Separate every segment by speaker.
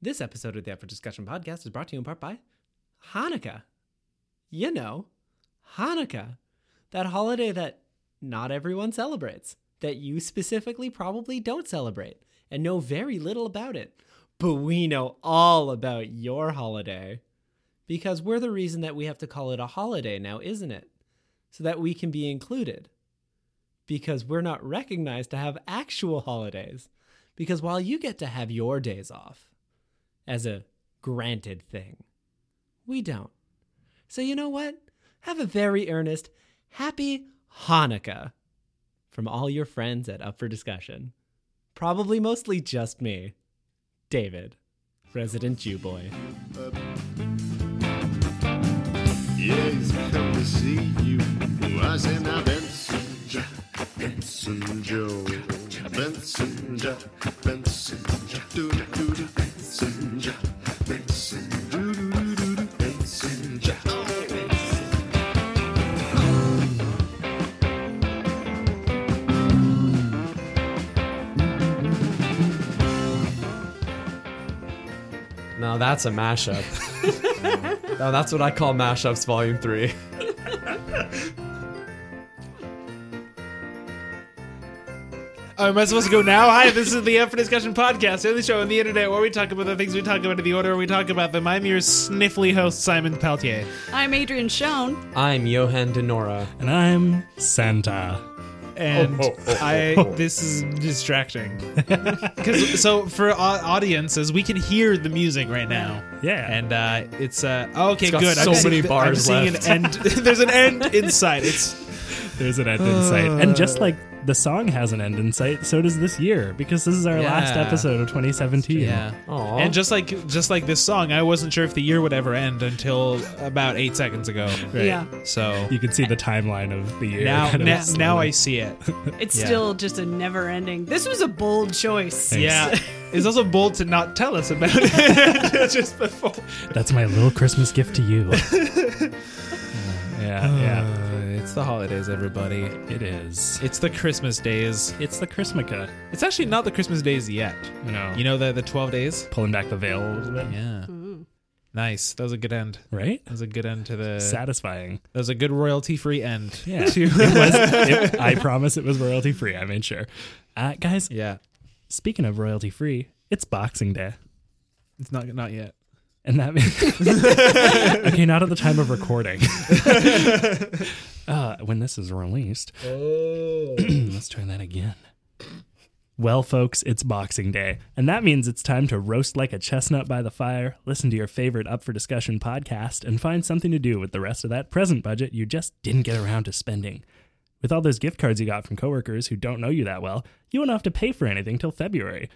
Speaker 1: This episode of the Effort Discussion Podcast is brought to you in part by Hanukkah. You know, Hanukkah, that holiday that not everyone celebrates, that you specifically probably don't celebrate and know very little about it. But we know all about your holiday because we're the reason that we have to call it a holiday now, isn't it? So that we can be included. Because we're not recognized to have actual holidays. Because while you get to have your days off as a granted thing, we don't. So you know what? Have a very earnest, happy Hanukkah from all your friends at Up for Discussion. Probably mostly just me, David, resident Jew boy.
Speaker 2: Yes, come to see you. I say now Benson Jack, Benson Joe, Benson Jack, Benson Jack, do do do do, Benson Jack, Benson do do do do do, Benson Jack.
Speaker 3: No, that's a mashup. no, that's what I call mashups volume three.
Speaker 4: Oh, am I supposed to go now? Hi, this is the F for Discussion podcast, the only show on the internet where we talk about the things we talk about in the order we talk about them. I'm your sniffly host, Simon Peltier.
Speaker 5: I'm Adrian Schoen.
Speaker 3: I'm Johan Denora.
Speaker 6: And I'm Santa.
Speaker 4: and
Speaker 3: Oh,
Speaker 4: I this is distracting. Cause so for au- audiences, we can hear the music right now.
Speaker 6: Yeah.
Speaker 4: and uh, it's uh oh, okay,
Speaker 3: got
Speaker 4: good.
Speaker 3: so
Speaker 4: seeing
Speaker 3: many
Speaker 4: th-
Speaker 3: bars
Speaker 4: I'm
Speaker 3: left.
Speaker 4: Seeing an end. There's an end in sight. It's
Speaker 6: There's an end in sight. And just like the song has an end in sight, so does this year, because this is our last
Speaker 3: Yeah.
Speaker 6: episode of 2017.
Speaker 1: Uh,
Speaker 3: Aw.
Speaker 4: and just like just like this song, I wasn't sure if the year would ever end until about eight seconds ago. Right.
Speaker 5: Yeah.
Speaker 4: So
Speaker 6: You can see the timeline of the year.
Speaker 4: now
Speaker 6: kind of
Speaker 4: now,
Speaker 6: slowly-
Speaker 4: now I see it.
Speaker 5: It's
Speaker 4: Yeah.
Speaker 5: still just a never ending. This was a bold choice.
Speaker 4: Yeah. It's also bold to not tell us about it just before.
Speaker 6: That's my little Christmas gift to you. yeah,
Speaker 4: Uh. it's the holidays, everybody.
Speaker 6: yeah. It is.
Speaker 4: It's the Christmas days.
Speaker 6: It's the Christmaka.
Speaker 4: It's actually not the Christmas days yet.
Speaker 6: You know,
Speaker 4: You know the the twelve days.
Speaker 6: pulling back the veil a little bit.
Speaker 4: Yeah. Nice. That was a good end.
Speaker 6: Right?
Speaker 4: That was a good end to the.
Speaker 6: Satisfying.
Speaker 4: That was a good royalty free end.
Speaker 6: Yeah.
Speaker 4: Uh, To,
Speaker 6: It was, it- I promise it was royalty free. I made sure. Uh, guys,
Speaker 4: yeah.
Speaker 6: speaking of royalty free, it's Boxing Day.
Speaker 4: It's not not yet.
Speaker 6: And that means okay, not at the time of recording. uh, when this is released, let's try that again. Well, folks, it's Boxing Day, and that means it's time to roast like a chestnut by the fire, listen to your favorite Up for Discussion podcast, and find something to do with the rest of that present budget you just didn't get around to spending. With all those gift cards you got from coworkers who don't know you that well, you won't have to pay for anything till February.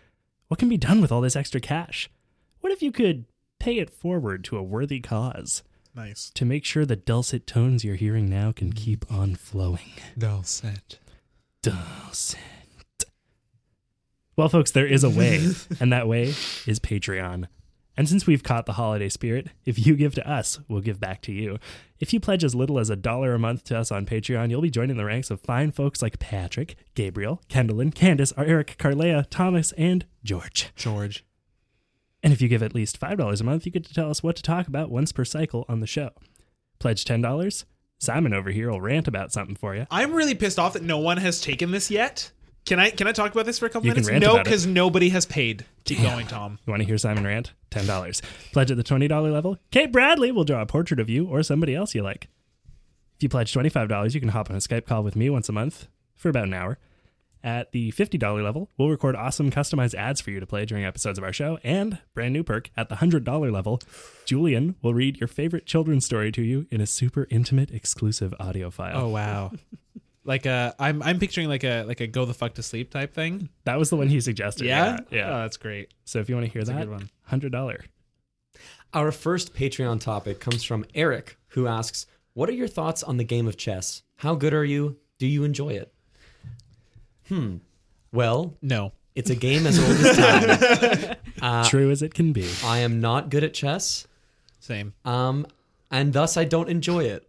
Speaker 6: What can be done with all this extra cash? What if you could pay it forward to a worthy cause
Speaker 4: Nice.
Speaker 6: to make sure the dulcet tones you're hearing now can keep on flowing?
Speaker 4: All set.
Speaker 6: Dulcet. Well, folks, there is a way, and that way is Patreon. And since we've caught the holiday spirit, if you give to us, we'll give back to you. If you pledge as little as a dollar a month to us on Patreon, you'll be joining the ranks of fine folks like Patrick, Gabriel, Kendallin, Candace, our Eric, Carlea, Thomas, and George.
Speaker 4: George.
Speaker 6: And if you give at least $5 a month, you get to tell us what to talk about once per cycle on the show. Pledge $10, Simon over here will rant about something for you.
Speaker 4: I'm really pissed off that no one has taken this yet. Can I can I talk about this for a couple
Speaker 6: You can
Speaker 4: minutes?
Speaker 6: rant
Speaker 4: no,
Speaker 6: about it.
Speaker 4: because nobody has paid. Keep going, Tom.
Speaker 6: You want to hear Simon rant? $10. Pledge at the $20 level, Kate Bradley will draw a portrait of you or somebody else you like. If you pledge $25, you can hop on a Skype call with me once a month for about an hour. At the $50 level, we'll record awesome customized ads for you to play during episodes of our show. And, brand new perk, at the $100 level, Julian will read your favorite children's story to you in a super intimate, exclusive audio file.
Speaker 4: Oh wow. like a I'm I'm picturing like a like a go the fuck to sleep type thing.
Speaker 6: That was the one he suggested. Yeah.
Speaker 4: Oh, that's great.
Speaker 6: So if you want to hear
Speaker 4: a
Speaker 6: that,
Speaker 4: good one.
Speaker 6: hundred dollar.
Speaker 3: Our first Patreon topic comes from Eric, who asks, What are your thoughts on the game of chess? How good are you? Do you enjoy it? Hmm. Well,
Speaker 4: No.
Speaker 3: it's a game as old as time.
Speaker 4: Uh,
Speaker 6: True as it can be.
Speaker 3: I am not good at chess.
Speaker 4: Same.
Speaker 3: Um, and thus I don't enjoy it.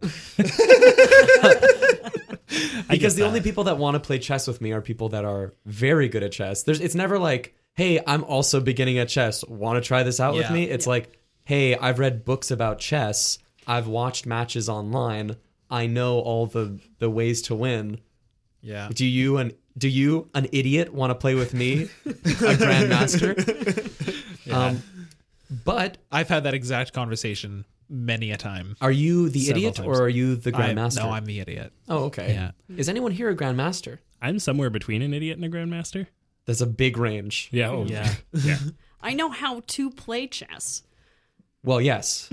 Speaker 3: because the only people that want to play chess with me are people that are very good at chess. There's it's never like hey, I'm also beginning at chess. Want to try this out with
Speaker 7: Yeah.
Speaker 3: me? It's like, hey, I've read books about chess. I've watched matches online. I know all the the ways to win.
Speaker 7: Yeah.
Speaker 3: Do you an do you an idiot want to play with me, a grandmaster? Um, but
Speaker 4: I've had that exact conversation many a time.
Speaker 3: are you the
Speaker 4: Several
Speaker 3: idiot
Speaker 4: times.
Speaker 3: or are you the
Speaker 4: I-
Speaker 3: grandmaster?
Speaker 4: no, I'm the idiot.
Speaker 3: Oh, okay.
Speaker 4: Yeah.
Speaker 3: Is anyone here a grandmaster?
Speaker 6: I'm somewhere between an idiot and a grandmaster.
Speaker 3: That's a big range.
Speaker 6: Yeah. Oh, yeah.
Speaker 5: I know how to play chess.
Speaker 3: Well, yes.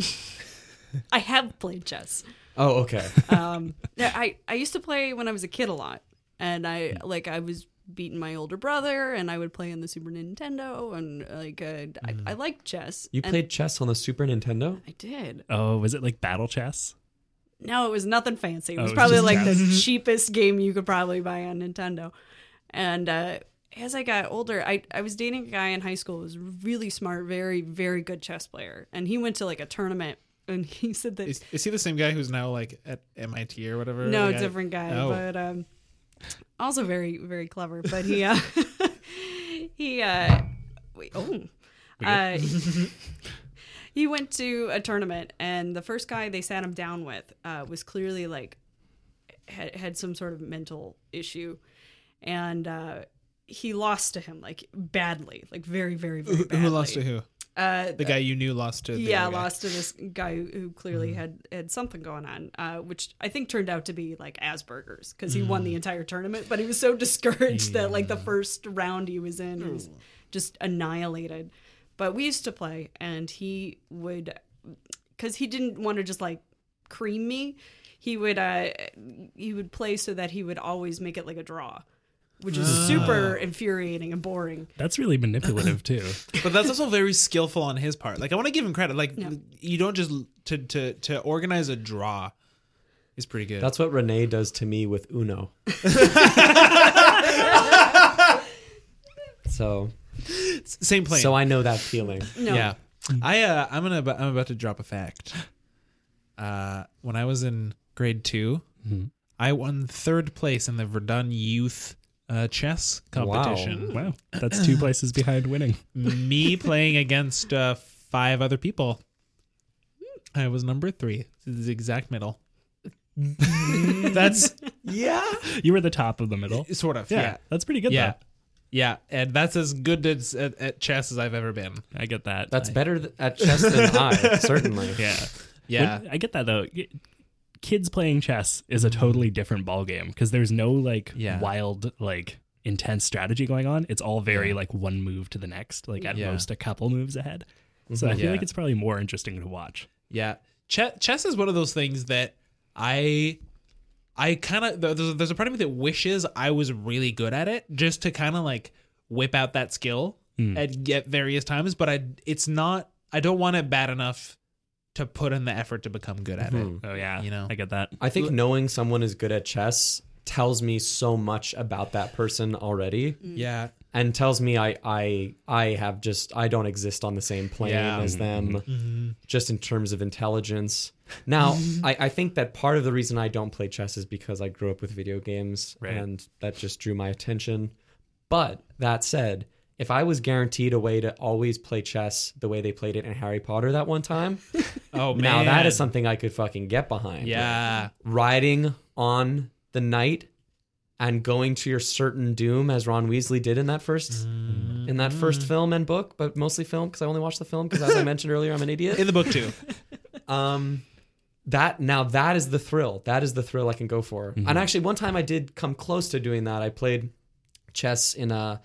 Speaker 5: I have played chess.
Speaker 3: Oh, okay.
Speaker 5: Um, no, I I used to play when I was a kid a lot, and I like I was beating my older brother, and I would play on the Super Nintendo, and like uh, I, I liked chess.
Speaker 3: Mm. You
Speaker 5: and
Speaker 3: played chess on the Super Nintendo?
Speaker 5: I did.
Speaker 6: Oh, was it like battle chess?
Speaker 5: No, it was nothing fancy. It
Speaker 6: Oh,
Speaker 5: was
Speaker 6: it was
Speaker 5: probably
Speaker 6: just
Speaker 5: like the cheapest game you could probably buy on Nintendo. And uh, as I got older, I, I was dating a guy in high school who was really smart, very, very good chess player. And he went to like a tournament and he said that.
Speaker 4: Is, is he the same guy who's now like at MIT or whatever?
Speaker 5: no,
Speaker 4: Like, I-
Speaker 5: different guy,
Speaker 4: Oh.
Speaker 5: but um, also very, very clever. But he, uh, he, uh, wait, oh. Uh, he went to a tournament, and the first guy they sat him down with uh, was clearly like had, had some sort of mental issue, and uh, he lost to him like badly, like very, very, very
Speaker 4: Who,
Speaker 5: badly.
Speaker 4: who lost to who?
Speaker 5: Uh,
Speaker 4: The guy you knew lost to. The
Speaker 5: yeah,
Speaker 4: other guy. Mm-hmm.
Speaker 5: lost to this guy who- who clearly had had something going on, uh, which I think turned out to be like Asperger's because he
Speaker 4: Mm.
Speaker 5: won the entire tournament, but he was so discouraged that like the first round he was in, he was
Speaker 4: Mm.
Speaker 5: just annihilated. But we used to play, and he would, because he didn't want to just like cream me. He would uh, he would play so that he would always make it like a draw, which is
Speaker 4: Ah.
Speaker 5: super infuriating and boring.
Speaker 6: That's really manipulative too.
Speaker 4: But that's also very skillful on his part. Like I want to give him credit. Like you don't just to to to organize a draw is pretty good.
Speaker 3: That's what Renee does to me with Uno. so,
Speaker 4: same plane.
Speaker 3: so I know that feeling.
Speaker 5: No,
Speaker 4: Yeah.
Speaker 6: Mm.
Speaker 4: I uh, I'm gonna I'm about to drop a fact. Uh, when I was in grade 2
Speaker 6: Mm-hmm.
Speaker 4: I won third place in the Verdun Youth uh, chess competition.
Speaker 6: wow, that's two places behind winning.
Speaker 4: Me playing against uh, five other people. I was number three. This is the exact middle. That's
Speaker 3: Yeah.
Speaker 6: You were the top of the middle.
Speaker 4: sort of
Speaker 6: Yeah,
Speaker 4: yeah
Speaker 6: that's pretty good.
Speaker 4: yeah. Yeah, and that's as good as, at, at chess as I've ever been.
Speaker 6: though. I get that.
Speaker 3: That's better th- at chess than I, certainly.
Speaker 6: yeah.
Speaker 4: Yeah,
Speaker 6: When- I get that though. Ki- Kids playing chess is a totally different ballgame because there's no like
Speaker 4: Yeah.
Speaker 6: wild like intense strategy going on. It's all very like one move to the next, like at
Speaker 4: Yeah. Mm-hmm.
Speaker 6: most a couple moves ahead. So I feel
Speaker 4: Yeah.
Speaker 6: like it's probably more interesting to watch.
Speaker 4: Yeah, Che- chess is one of those things that I, I kind of there's, there's a part of me that wishes I was really good at it just to kind of like whip out that skill
Speaker 3: Hmm.
Speaker 4: at get various times, but I it's not I don't want it bad enough to put in the effort to become good at
Speaker 3: Hmm.
Speaker 4: it.
Speaker 6: Oh yeah,
Speaker 4: You know.
Speaker 6: I get that.
Speaker 3: I think knowing someone is good at chess tells me so much about that person already
Speaker 4: Yeah,
Speaker 3: and tells me I I I have just I don't exist on the same plane
Speaker 4: Yeah. Mm-hmm.
Speaker 3: as them just in terms of intelligence. Now, I, I think that part of the reason I don't play chess is because I grew up with video games
Speaker 6: Right.
Speaker 3: and that just drew my attention. But that said, if I was guaranteed a way to always play chess the way they played it in Harry Potter that one time, Hmm.
Speaker 4: Oh man,
Speaker 3: now that is something I could fucking get behind
Speaker 4: Yeah,
Speaker 3: riding on the night and going to your certain doom as Ron Weasley did in that 1st
Speaker 4: Mm.
Speaker 3: in that first film and book, but mostly film because I only watched the film because as I mentioned earlier, I'm an
Speaker 4: in
Speaker 3: idiot.
Speaker 4: the book too.
Speaker 3: Um, that now that is the thrill. That is the thrill I can go for. And actually, one time I did come close to doing that. I played chess in a.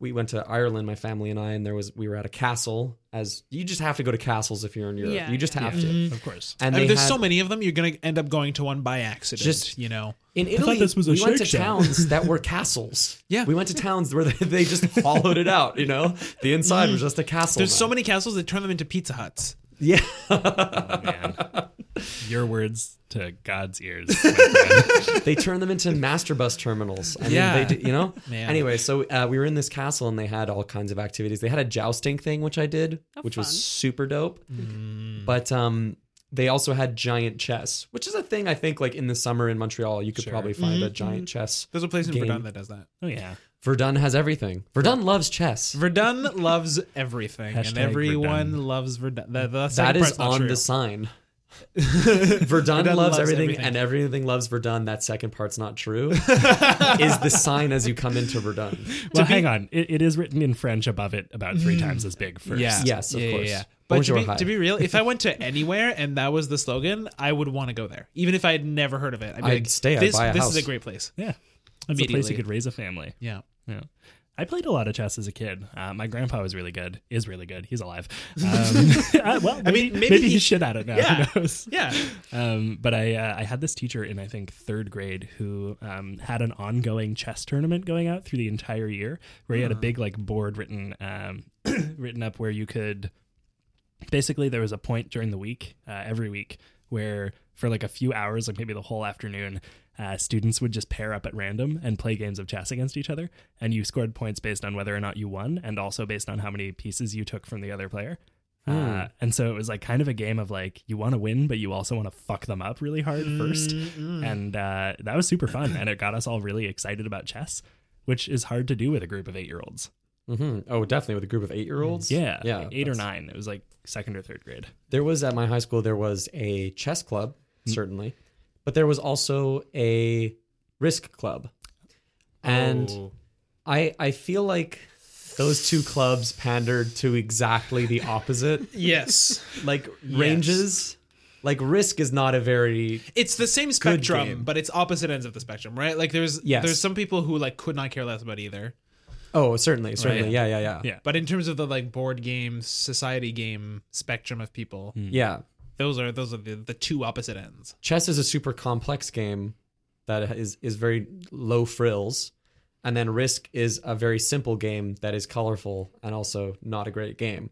Speaker 3: We went to Ireland, my family and I, and there was we were at a castle. As you just have to go to castles if you're in Europe.
Speaker 5: Yeah,
Speaker 3: you just
Speaker 5: yeah.
Speaker 3: have to.
Speaker 6: Of course.
Speaker 4: Mm-hmm. I
Speaker 3: And
Speaker 4: mean,
Speaker 3: they
Speaker 4: there's
Speaker 3: had-
Speaker 4: so many of them. You're gonna end up going to one by accident.
Speaker 3: Just-
Speaker 4: you know.
Speaker 3: In Italy,
Speaker 6: this was a
Speaker 3: we went to
Speaker 6: Shake Shack.
Speaker 3: towns that were castles.
Speaker 4: Yeah.
Speaker 3: we went to towns where they, they just hollowed it out. You know, the inside was just a castle.
Speaker 4: There's
Speaker 3: now.
Speaker 4: so many castles that turn them into Pizza Huts.
Speaker 3: Yeah,
Speaker 6: Oh, man. Your words to God's ears. my friend.
Speaker 3: they turned them into master bus terminals. I mean,
Speaker 4: Yeah.
Speaker 3: they did, you know.
Speaker 4: Man.
Speaker 3: Anyway, so uh, we were in this castle and they had all kinds of activities. They had a jousting thing, which I did, which
Speaker 5: fun.
Speaker 3: was super dope.
Speaker 4: Mm.
Speaker 3: But um, they also had giant chess, which is a thing I think like in the summer in Montreal you could probably find a giant chess.
Speaker 4: There's a place in
Speaker 3: Game.
Speaker 4: Verdun that does that.
Speaker 6: oh yeah.
Speaker 3: Verdun has everything. Verdun loves chess.
Speaker 4: Verdun loves everything,
Speaker 6: Hashtag
Speaker 4: and everyone
Speaker 6: Verdun.
Speaker 4: loves Verdun. The, the
Speaker 3: that
Speaker 4: second
Speaker 3: is
Speaker 4: part's not
Speaker 3: on
Speaker 4: true.
Speaker 3: the sign. Verdun, loves, everything, and everything loves Verdun. That second part's not true. is the sign as you come into Verdun.
Speaker 6: Well, hang on. It, it is written in French above it about three times as big first.
Speaker 4: Yeah.
Speaker 3: Yes, of course.
Speaker 4: But to
Speaker 3: Bonjour,
Speaker 4: be,
Speaker 3: hi.
Speaker 4: to be real, if I went to anywhere and that was the slogan, I would want to go there, even if I had never heard of it. I'd, be
Speaker 3: I'd
Speaker 4: like,
Speaker 3: stay, I'd
Speaker 4: This,
Speaker 3: buy a
Speaker 4: this
Speaker 3: house."
Speaker 4: is a great place.
Speaker 6: Yeah. That's a place
Speaker 4: Immediately.
Speaker 6: you could raise a family.
Speaker 4: Yeah.
Speaker 6: Yeah. I played a lot of chess as a kid. Uh, my grandpa was really good. Is really good. He's alive. Um, uh, well, maybe, I
Speaker 4: mean,
Speaker 6: mean, maybe,
Speaker 4: maybe
Speaker 6: he,
Speaker 4: he-
Speaker 6: shit at it now.
Speaker 4: Yeah.
Speaker 6: Who knows?
Speaker 4: Yeah.
Speaker 6: Um, but I uh, I had this teacher in I think third grade who um, had an ongoing chess tournament going out through the entire year where he had a big like board written um, written up where you could basically there was a point during the week uh, every week where for like a few hours like maybe the whole afternoon uh, students would just pair up at random and play games of chess against each other and you scored points based on whether or not you won and also based on how many pieces you took from the other player
Speaker 4: Hmm.
Speaker 6: uh, and so it was like kind of a game of like you want to win but you also want to fuck them up really hard 1st
Speaker 4: Mm-hmm.
Speaker 6: and uh, that was super fun and it got us all really excited about chess which is hard to do with a group of eight year olds
Speaker 3: Mhm. Oh, definitely with a group of eight-year-olds.
Speaker 6: yeah
Speaker 3: yeah,
Speaker 6: like eight or
Speaker 3: that's-
Speaker 6: nine it was like second or third grade
Speaker 3: There was at my high school. There was a chess club, certainly, but there was also a risk club, and I I feel like those two clubs pandered to exactly the opposite.
Speaker 4: Yes.
Speaker 3: like ranges, like risk is not a very
Speaker 4: It's the same
Speaker 3: game.
Speaker 4: spectrum, but it's opposite ends of the spectrum, right? Like there's
Speaker 3: Yes.
Speaker 4: there's some people who like could not care less about either.
Speaker 3: oh certainly certainly yeah yeah yeah
Speaker 6: Yeah.
Speaker 4: But in terms of the like board game, society game spectrum of people,
Speaker 3: yeah.
Speaker 4: those are those are the, the two opposite ends.
Speaker 3: Chess is a super complex game that is is very low frills, and then risk is a very simple game that is colorful and also not a great game.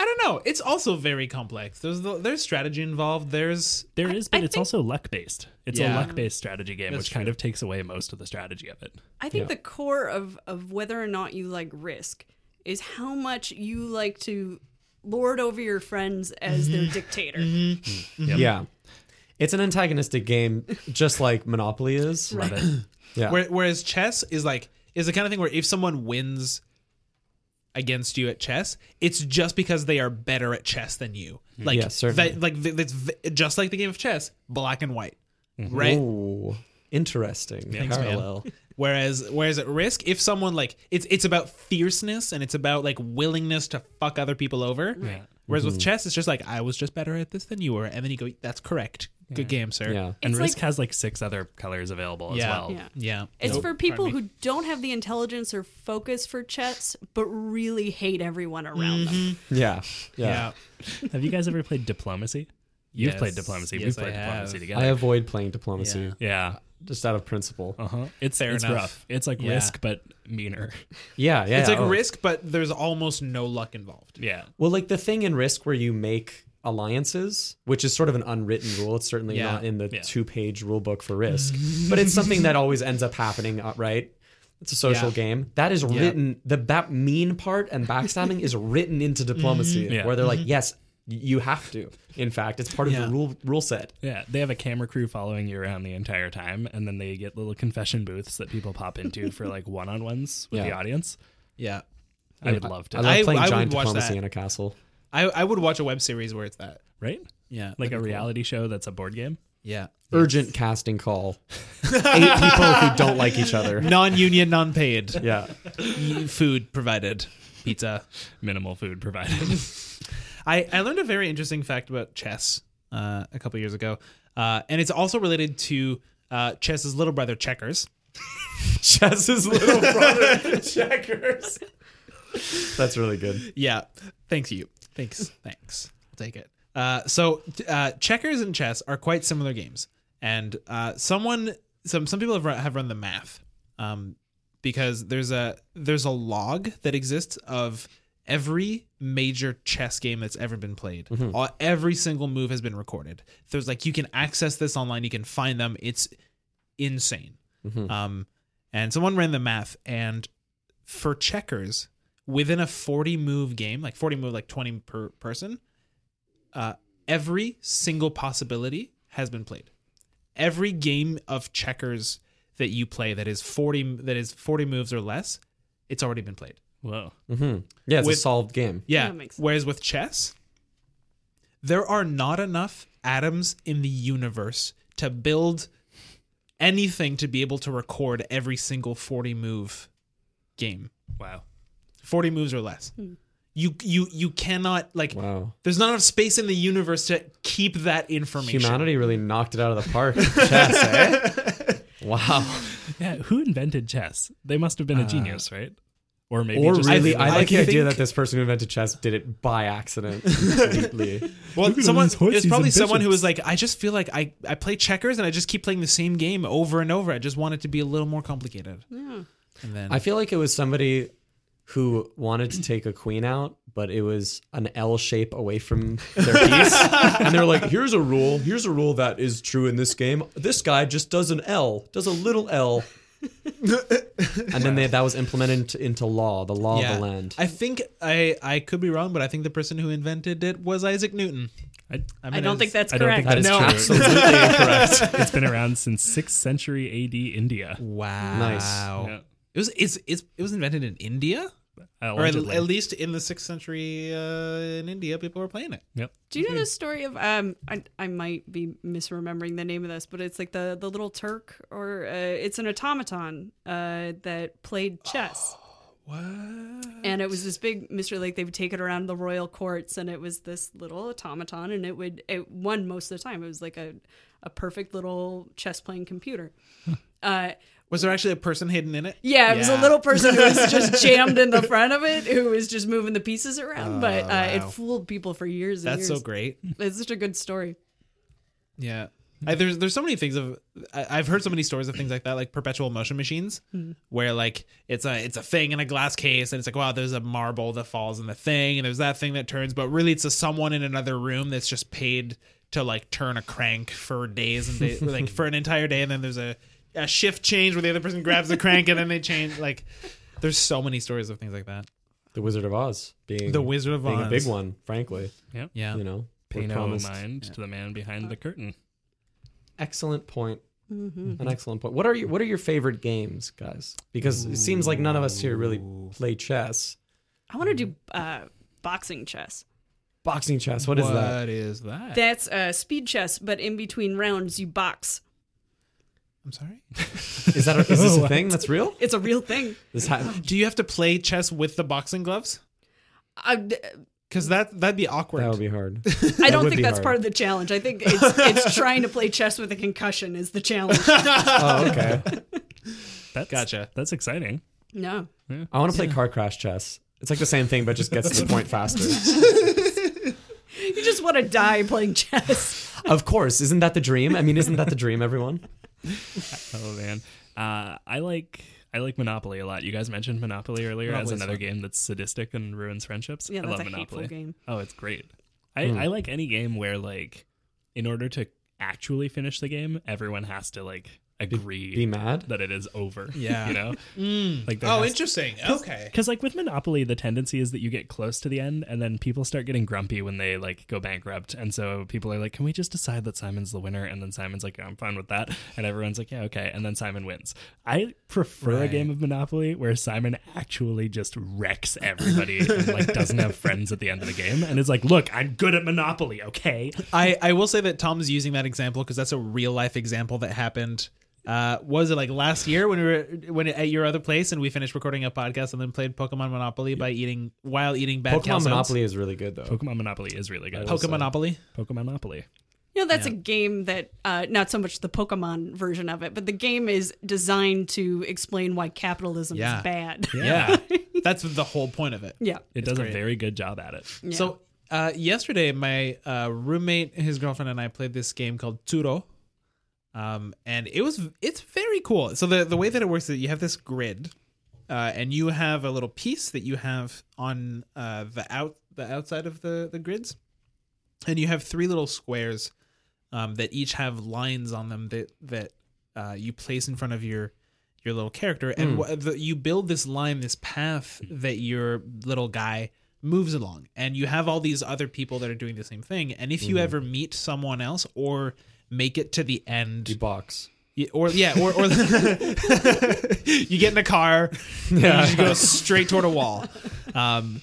Speaker 4: I don't know. It's also very complex. There's the, there's strategy involved. There's
Speaker 6: There is, but it's also luck based. It's a
Speaker 4: Yeah.
Speaker 6: luck based strategy game,
Speaker 4: That's
Speaker 6: which kind of takes away most of the strategy of it.
Speaker 5: I think the core of of whether or not you like risk is how much you like to lord over your friends as their dictator.
Speaker 3: Yeah. It's an antagonistic game, just like Monopoly is.
Speaker 6: Love it.
Speaker 3: Yeah.
Speaker 4: Where, whereas chess is like is the kind of thing where if someone wins against you at chess, it's just because they are better at chess than you. Like
Speaker 3: Mm-hmm. Yeah, certainly.
Speaker 4: that, like th- that's v- just like the game of chess, black and white, right?
Speaker 3: Mm-hmm. Ooh, interesting parallel.
Speaker 4: Whereas whereas at risk, if someone like it's it's about fierceness and it's about like willingness to fuck other people over. Whereas
Speaker 3: Mm-hmm.
Speaker 4: with chess, it's just like I was just better at this than you were, and then you go, "That's correct, good game, sir."
Speaker 3: Yeah.
Speaker 6: And
Speaker 5: It's
Speaker 6: Risk
Speaker 5: like-
Speaker 6: has like six other colors available as
Speaker 4: Yeah.
Speaker 6: well.
Speaker 5: Yeah.
Speaker 4: yeah.
Speaker 5: It's for people who don't have the intelligence or focus for chess, but really hate everyone around them.
Speaker 3: Yeah.
Speaker 4: yeah.
Speaker 3: Yeah.
Speaker 6: Have you guys ever played Diplomacy? You've
Speaker 4: Yes.
Speaker 6: played Diplomacy.
Speaker 4: Yes,
Speaker 6: We've
Speaker 4: I
Speaker 6: played
Speaker 4: have.
Speaker 6: Diplomacy together.
Speaker 3: I avoid playing diplomacy
Speaker 6: yeah.
Speaker 3: just out of principle.
Speaker 4: Oh.
Speaker 6: Uh huh. It's
Speaker 4: Fair
Speaker 6: it's
Speaker 4: enough.
Speaker 6: rough. It's like
Speaker 4: Yeah.
Speaker 6: Risk, but meaner.
Speaker 3: Yeah, yeah.
Speaker 4: It's like
Speaker 3: oh.
Speaker 4: risk, but there's almost no luck involved.
Speaker 6: Yeah.
Speaker 3: Well, like the thing in Risk where you make alliances, which is sort of an unwritten rule. It's certainly
Speaker 4: Yeah.
Speaker 3: not in the
Speaker 6: Yeah.
Speaker 3: two-page rule book for Risk, but it's something that always ends up happening, uh, right? It's a social
Speaker 4: Yeah.
Speaker 3: game that is written. The that mean part and backstabbing is written into
Speaker 4: Mm-hmm.
Speaker 3: diplomacy,
Speaker 6: Yeah.
Speaker 3: where they're like, "Yes, you have to." In fact, it's part of
Speaker 4: Yeah.
Speaker 3: the rule rule set.
Speaker 6: Yeah. They have a camera crew following you around the entire time, and then they get little confession booths that people pop into for like one on ones with
Speaker 3: Yeah.
Speaker 6: the audience.
Speaker 4: Yeah.
Speaker 6: I would love to.
Speaker 3: I love
Speaker 4: I-
Speaker 3: playing
Speaker 4: I would
Speaker 3: giant
Speaker 4: watch
Speaker 3: diplomacy
Speaker 4: that.
Speaker 3: in a castle.
Speaker 4: I, I would watch a web series where it's that.
Speaker 6: right?
Speaker 4: Yeah.
Speaker 6: Like a reality show that's a board game.
Speaker 4: yeah.
Speaker 3: Urgent casting call. Eight people who don't like each other.
Speaker 4: Non union, non paid.
Speaker 3: Yeah.
Speaker 4: Food provided. Pizza.
Speaker 6: Minimal food provided.
Speaker 4: I, I learned a very interesting fact about chess uh, a couple years ago. Uh, and it's also related to uh, chess's little brother, checkers.
Speaker 3: Chess's little brother checkers. That's really good.
Speaker 4: Yeah. Thanks, you. Thanks. Thanks. I'll take it. Uh, so, t- uh, checkers and chess are quite similar games, and uh, someone, some some people have run, have run the math, um, because there's a there's a log that exists of every major chess game that's ever been played. All, every single move has been recorded. There's like you can access this online. You can find them. It's insane. Um, and someone ran the math, and for checkers, within a 40 move game, like 40 move, like 20 per person, uh, every single possibility has been played. Every game of checkers that you play that is 40 that is 40 moves or less, it's already been played.
Speaker 6: Whoa.
Speaker 3: Yeah, it's
Speaker 4: With-
Speaker 3: a solved game.
Speaker 4: Yeah.
Speaker 5: That makes sense.
Speaker 4: Whereas with chess, there are not enough atoms in the universe to build anything to be able to record every single 40 move game.
Speaker 6: Wow.
Speaker 4: 40 moves or less.
Speaker 5: Hmm.
Speaker 4: You you you cannot like
Speaker 3: Wow.
Speaker 4: there's not enough space in the universe to keep that information.
Speaker 3: Humanity really knocked it out of the park. with chess, eh? Wow.
Speaker 6: Yeah, who invented chess? They must have been a genius, right? Or maybe
Speaker 3: Or
Speaker 6: just
Speaker 3: really,
Speaker 4: I- I
Speaker 3: I, like the
Speaker 4: think-
Speaker 3: idea that this person who invented chess did it by accident. completely.
Speaker 4: Well,
Speaker 6: at all
Speaker 4: someone
Speaker 6: these horses
Speaker 4: it's probably
Speaker 6: and
Speaker 4: someone who
Speaker 6: bishops.
Speaker 4: was like, I just feel like I I play checkers and I just keep playing the same game over and over. I just want it to be a little more complicated.
Speaker 5: Yeah.
Speaker 4: And then
Speaker 3: I feel like it was somebody who wanted to take a queen out, but it was an L shape away from their piece. and they're like, here's a rule. Here's a rule that is true in this game. This guy just does an L, does a little L. and then they, that was implemented into, into law, the law of the land.
Speaker 4: I think I I could be wrong, but I think the person who invented it was Isaac Newton.
Speaker 6: I,
Speaker 4: I'm
Speaker 5: I
Speaker 4: gonna-
Speaker 5: don't think that's
Speaker 6: I don't
Speaker 5: correct.
Speaker 6: think
Speaker 3: that is
Speaker 6: No.
Speaker 3: true. absolutely incorrect.
Speaker 6: it's been around since 6th century AD India.
Speaker 4: Wow.
Speaker 3: Nice.
Speaker 6: Yeah.
Speaker 4: It was it's, it's it was invented in India, or at,
Speaker 6: Allegedly.
Speaker 4: at least in the sixth century uh, in India, people were playing it.
Speaker 6: yep.
Speaker 5: Do
Speaker 4: Mm-hmm.
Speaker 5: you know the story of um? I, I might be misremembering the name of this, but it's like the the Little Turk, or uh, it's an automaton uh, that played chess.
Speaker 4: What?
Speaker 5: and it was this big mystery like they would take it around the royal courts and it was this little automaton and it would it won most of the time it was like a, a perfect little chess playing computer uh,
Speaker 4: Was there actually a person hidden in it?
Speaker 5: yeah, it was a
Speaker 4: Yeah.
Speaker 5: little person who was just jammed in the front of it, who was just moving the pieces around. but uh, it
Speaker 4: Oh, wow.
Speaker 5: fooled people for years. And
Speaker 4: That's so
Speaker 5: years.
Speaker 4: great.
Speaker 5: It's such a good story.
Speaker 4: Yeah. I, there's there's so many things of I, I've heard so many stories of things like that, like perpetual motion machines,
Speaker 3: Hmm.
Speaker 4: where like it's a it's a thing in a glass case, and it's like wow, there's a marble that falls in the thing, and there's that thing that turns, but really it's a someone in another room that's just paid to like turn a crank for days and days, like for an entire day, and then there's a, a shift change where the other person grabs the crank and then they change. Like there's so many stories of things like that.
Speaker 3: The Wizard of Oz being
Speaker 4: The Wizard of
Speaker 3: being
Speaker 4: Oz,
Speaker 3: a big one, frankly.
Speaker 6: Yep.
Speaker 4: Yeah,
Speaker 3: You know,
Speaker 6: Pay
Speaker 3: We're
Speaker 6: no
Speaker 3: promised-
Speaker 6: mind to the man behind the curtain.
Speaker 3: Excellent point. An excellent point. What are your What are your favorite games, guys? Because it seems like none of us here really play chess.
Speaker 5: I want to do uh, boxing chess.
Speaker 3: Boxing chess. What is that?
Speaker 4: What is that?
Speaker 5: That's uh, speed chess, but in between rounds you box.
Speaker 4: I'm sorry.
Speaker 3: Is that a, is this a thing that's real?
Speaker 5: It's a real thing.
Speaker 3: This ha-
Speaker 4: Do you have to play chess with the boxing gloves?
Speaker 5: I, d-
Speaker 4: Because that that'd be awkward.
Speaker 3: that would be hard.
Speaker 5: I don't
Speaker 3: would
Speaker 5: think
Speaker 3: be
Speaker 5: that's
Speaker 3: hard.
Speaker 5: part of the challenge. I think it's, it's trying to play chess with a concussion is the challenge.
Speaker 3: Oh, okay.
Speaker 6: That's,
Speaker 4: Gotcha.
Speaker 6: That's exciting.
Speaker 5: No.
Speaker 3: I want to play car crash chess. It's like the same thing, but just gets to the point faster.
Speaker 5: You just want to die playing chess.
Speaker 3: Of course, isn't that the dream? I mean, isn't that the dream, everyone?
Speaker 6: Oh man, uh, I like I like Monopoly a lot. You guys mentioned Monopoly earlier as
Speaker 4: Monopoly's
Speaker 6: another
Speaker 4: fun.
Speaker 6: game that's sadistic and ruins friendships.
Speaker 5: Yeah,
Speaker 6: I
Speaker 5: that's
Speaker 6: love
Speaker 5: a hateful
Speaker 6: Monopoly.
Speaker 5: game.
Speaker 6: Oh, it's great. I, I like any game where like in order to actually finish the game, everyone has to like agree
Speaker 3: Be mad.
Speaker 6: that it is over.
Speaker 4: Yeah.
Speaker 6: you know, like there
Speaker 4: Oh,
Speaker 6: has
Speaker 4: interesting. Okay.
Speaker 6: Because like with Monopoly, the tendency is that you get close to the end, and then people start getting grumpy when they like go bankrupt, and so people are like, "Can we just decide that Simon's the winner?" And then Simon's like, "I'm fine with that," and everyone's like, "Yeah, okay," and then Simon wins. I prefer a game of Monopoly where Simon actually just wrecks everybody and like doesn't have friends at the end of the game, and is like, "Look, I'm good at Monopoly, okay."
Speaker 4: I, I will say that Tom's using that example because that's a real life example that happened. Uh, was it like last year when we were when at your other place and we finished recording a podcast and then played Pokemon Monopoly by eating while eating bad
Speaker 3: Pokemon
Speaker 4: calzones?
Speaker 3: Monopoly is really good, though.
Speaker 6: Pokemon Monopoly is really good.
Speaker 4: Pokemon Monopoly.
Speaker 6: Pokemon Monopoly.
Speaker 5: You know, that's a game that, uh, not so much the Pokemon version of it, but the game is designed to explain why capitalism
Speaker 4: Yeah.
Speaker 5: is bad.
Speaker 4: Yeah, that's the whole point of it.
Speaker 5: yeah.
Speaker 6: It does
Speaker 4: great.
Speaker 6: a very good job at it.
Speaker 4: So uh, yesterday, my uh, roommate, his girlfriend, and I played this game called Turo, um, and it was it's very cool. So the the way that it works is that you have this grid, uh, and you have a little piece that you have on uh, the out the outside of the the grids, and you have three little squares um, that each have lines on them that that uh, you place in front of your your little character, and wha- the, you build this line, this path that your little guy moves along, and you have all these other people that are doing the same thing. And if you ever meet someone else or make it to the end,
Speaker 3: You box.
Speaker 4: Yeah, or yeah, or, or you get in a car, and you just go straight toward a wall. Um,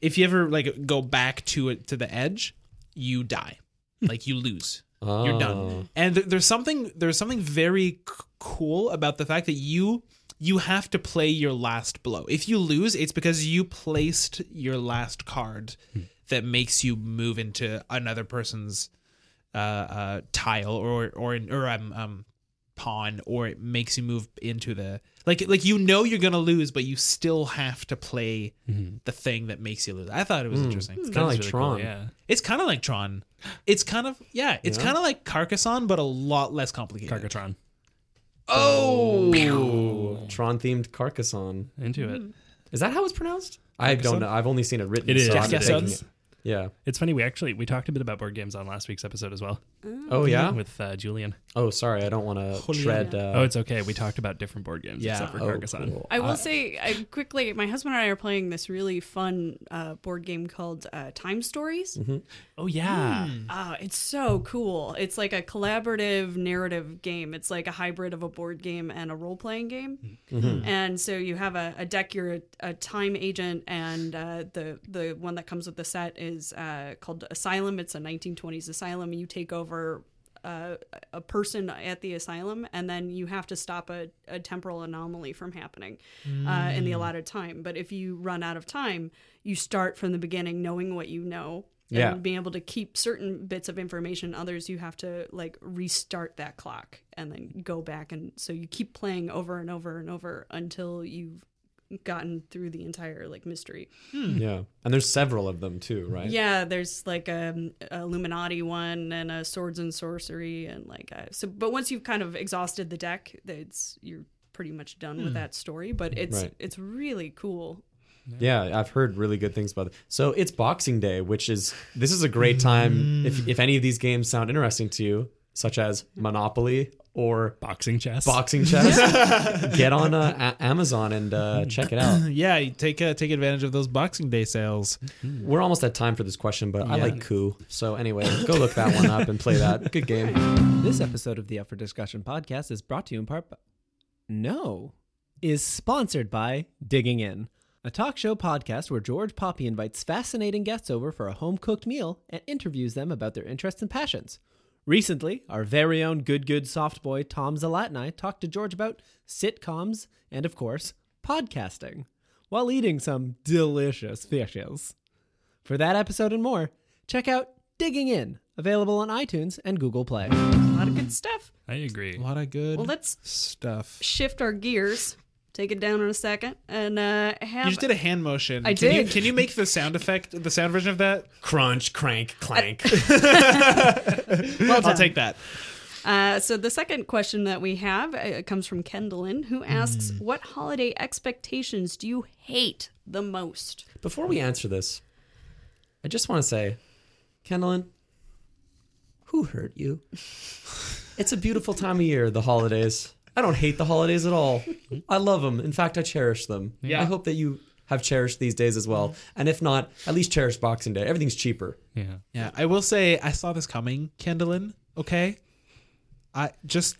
Speaker 4: if you ever like go back to it to the edge, you die, like you lose,
Speaker 3: Ah,
Speaker 4: you're done. And th- there's something there's something very c- cool about the fact that you you have to play your last blow. If you lose, it's because you placed your last card that makes you move into another person's uh, uh, tile or or in, or um, um pawn or it makes you move into the like like you know you're gonna lose but you still have to play the thing that makes you lose i thought it was interesting
Speaker 3: Kind of like
Speaker 6: really
Speaker 3: Tron.
Speaker 6: Cool. Yeah.
Speaker 4: it's kind of like tron it's kind of yeah it's kind of like carcassonne but a lot less complicated
Speaker 6: Carcatron. Oh.
Speaker 3: Tron themed Carcassonne.
Speaker 6: Into it.
Speaker 3: Is that how it's pronounced? I don't know. I've only seen it written.
Speaker 6: It is.
Speaker 3: so I'm
Speaker 4: Carcassonne.
Speaker 3: taking it. Yeah.
Speaker 6: It's funny. We actually we talked a bit about board games on last week's episode as well.
Speaker 3: Oh yeah.
Speaker 6: With uh, Julian.
Speaker 3: Oh sorry, I don't want to tread. Uh,
Speaker 6: oh, it's okay. We talked about different board games
Speaker 4: Yeah.
Speaker 6: except for
Speaker 3: oh,
Speaker 6: Carcassonne.
Speaker 3: cool.
Speaker 5: I will say I quickly, my husband and I are playing this really fun uh, board game called uh, Time Stories.
Speaker 6: Oh yeah.
Speaker 4: Hmm.
Speaker 5: Ah, it's so cool. It's like a collaborative narrative game. It's like a hybrid of a board game and a role playing game. And so you have a, a deck, you're a, a time agent, and uh, the the one that comes with the set is uh, called Asylum. It's a 1920s asylum. You take over uh, a person at the asylum, and then you have to stop a, a temporal anomaly from happening uh, in the allotted time. But if you run out of time, you start from the beginning knowing what you know and
Speaker 3: Yeah.
Speaker 5: being able to keep certain bits of information. Others, you have to like restart that clock and then go back. And so you keep playing over and over and over until you've gotten through the entire like mystery.
Speaker 3: Yeah, and there's several of them too, right?
Speaker 5: Yeah, there's like a, a Illuminati one and a Swords and Sorcery and like a, so. But once you've kind of exhausted the deck, it's you're pretty much done with that story. But it's
Speaker 3: Right.
Speaker 5: it's really cool.
Speaker 3: Yeah, I've heard really good things about it. So it's Boxing Day, which is this is a great time
Speaker 6: Mm.
Speaker 3: if if any of these games sound interesting to you, such as Monopoly or
Speaker 6: Boxing chess.
Speaker 3: boxing chess. Get on uh, a- Amazon and uh, check it out.
Speaker 4: yeah you take uh, take advantage of those boxing day sales
Speaker 3: We're almost at time for this question, but I like coup. So anyway, go look that one up and play that. Good game.
Speaker 1: This episode of the Up for Discussion podcast is brought to you in part by. No, is sponsored by Digging In, a talk show podcast where George Poppy invites fascinating guests over for a home cooked meal and interviews them about their interests and passions. Recently, our very own good, good soft boy Tom Zalat and I talked to George about sitcoms and, of course, podcasting while eating some delicious fishes. For that episode and more, check out Digging In, available on iTunes and Google Play.
Speaker 5: A lot of good stuff.
Speaker 6: I agree.
Speaker 4: a lot of good
Speaker 5: Well, let's
Speaker 4: stuff
Speaker 5: shift our gears, take it down in a second, and uh, have.
Speaker 4: you just did a hand motion.
Speaker 5: I
Speaker 4: can
Speaker 5: did.
Speaker 4: You, can you make the sound effect, the sound version of that?
Speaker 3: Crunch, crank, clank.
Speaker 5: well
Speaker 4: I'll
Speaker 5: done.
Speaker 4: take that.
Speaker 5: Uh, so the second question that we have uh, comes from Kendallin, who asks,
Speaker 3: Mm.
Speaker 5: "What holiday expectations do you hate the most?"
Speaker 3: Before we answer this, I just want to say, Kendallin, who hurt you? It's a beautiful time of year, the holidays. I don't hate the holidays at all. I love them. In fact, I cherish them.
Speaker 4: Yeah.
Speaker 3: I hope that you have cherished these days as well. And if not, at least cherish Boxing Day. Everything's cheaper.
Speaker 6: Yeah.
Speaker 4: Yeah, I will say I saw this coming, Kendallin. Okay, I just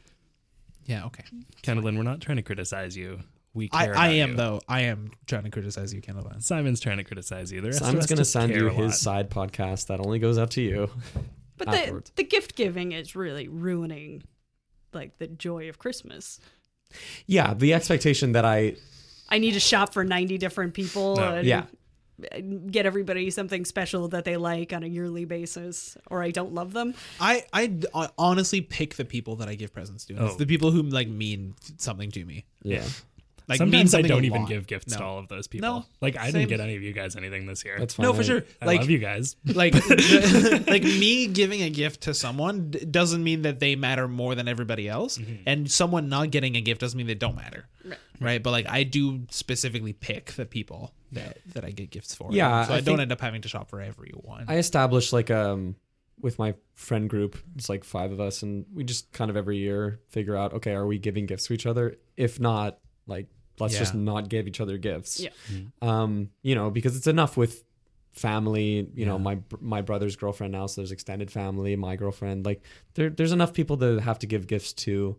Speaker 4: yeah, okay.
Speaker 6: Kendallin, we're not trying to criticize you. We
Speaker 4: I,
Speaker 6: care.
Speaker 4: I
Speaker 6: about
Speaker 4: am
Speaker 6: you.
Speaker 4: though. I am trying to criticize you, Kendallin.
Speaker 6: Simon's trying to criticize you. The rest
Speaker 3: Simon's
Speaker 6: going
Speaker 3: going
Speaker 6: to
Speaker 3: to send you his side podcast that only goes out to you.
Speaker 5: But the,
Speaker 3: Afterwards.
Speaker 5: the gift giving is really ruining, like the joy of Christmas.
Speaker 3: Yeah, the expectation that I.
Speaker 5: I need to shop for ninety different people
Speaker 6: No,
Speaker 5: and
Speaker 3: Yeah.
Speaker 5: get everybody something special that they like on a yearly basis, or I don't love them.
Speaker 4: I, I honestly pick the people that I give presents to. It's
Speaker 6: Oh.
Speaker 4: the people who like mean something to me.
Speaker 3: Yeah.
Speaker 4: Like mean
Speaker 6: Sometimes I
Speaker 4: something a
Speaker 6: don't even
Speaker 4: lot.
Speaker 6: give gifts to
Speaker 4: No.
Speaker 6: all of those people.
Speaker 4: No,
Speaker 6: like I
Speaker 4: same.
Speaker 6: didn't get any of you guys anything this year.
Speaker 3: That's fine.
Speaker 4: No, for sure.
Speaker 6: I
Speaker 4: like
Speaker 6: love you guys.
Speaker 4: like the- like me giving a gift to someone d- doesn't mean that they matter more than everybody else
Speaker 6: Mm-hmm.
Speaker 4: and someone not getting a gift doesn't mean they don't matter right, but like i do specifically pick the people that that i get gifts for
Speaker 3: Yeah,
Speaker 4: so
Speaker 3: I
Speaker 4: i,
Speaker 3: think-
Speaker 4: don't end up having to shop for everyone
Speaker 3: I established like um with my friend group, it's like five of us, and we just kind of every year figure out, okay, are we giving gifts to each other? If not, like let's
Speaker 4: Yeah.
Speaker 3: just not give each other gifts.
Speaker 5: Yeah.
Speaker 3: Um, you know, because it's enough with family. You know, my br- my brother's girlfriend now, so there's extended family, my girlfriend. Like there, there's enough people to have to give gifts to.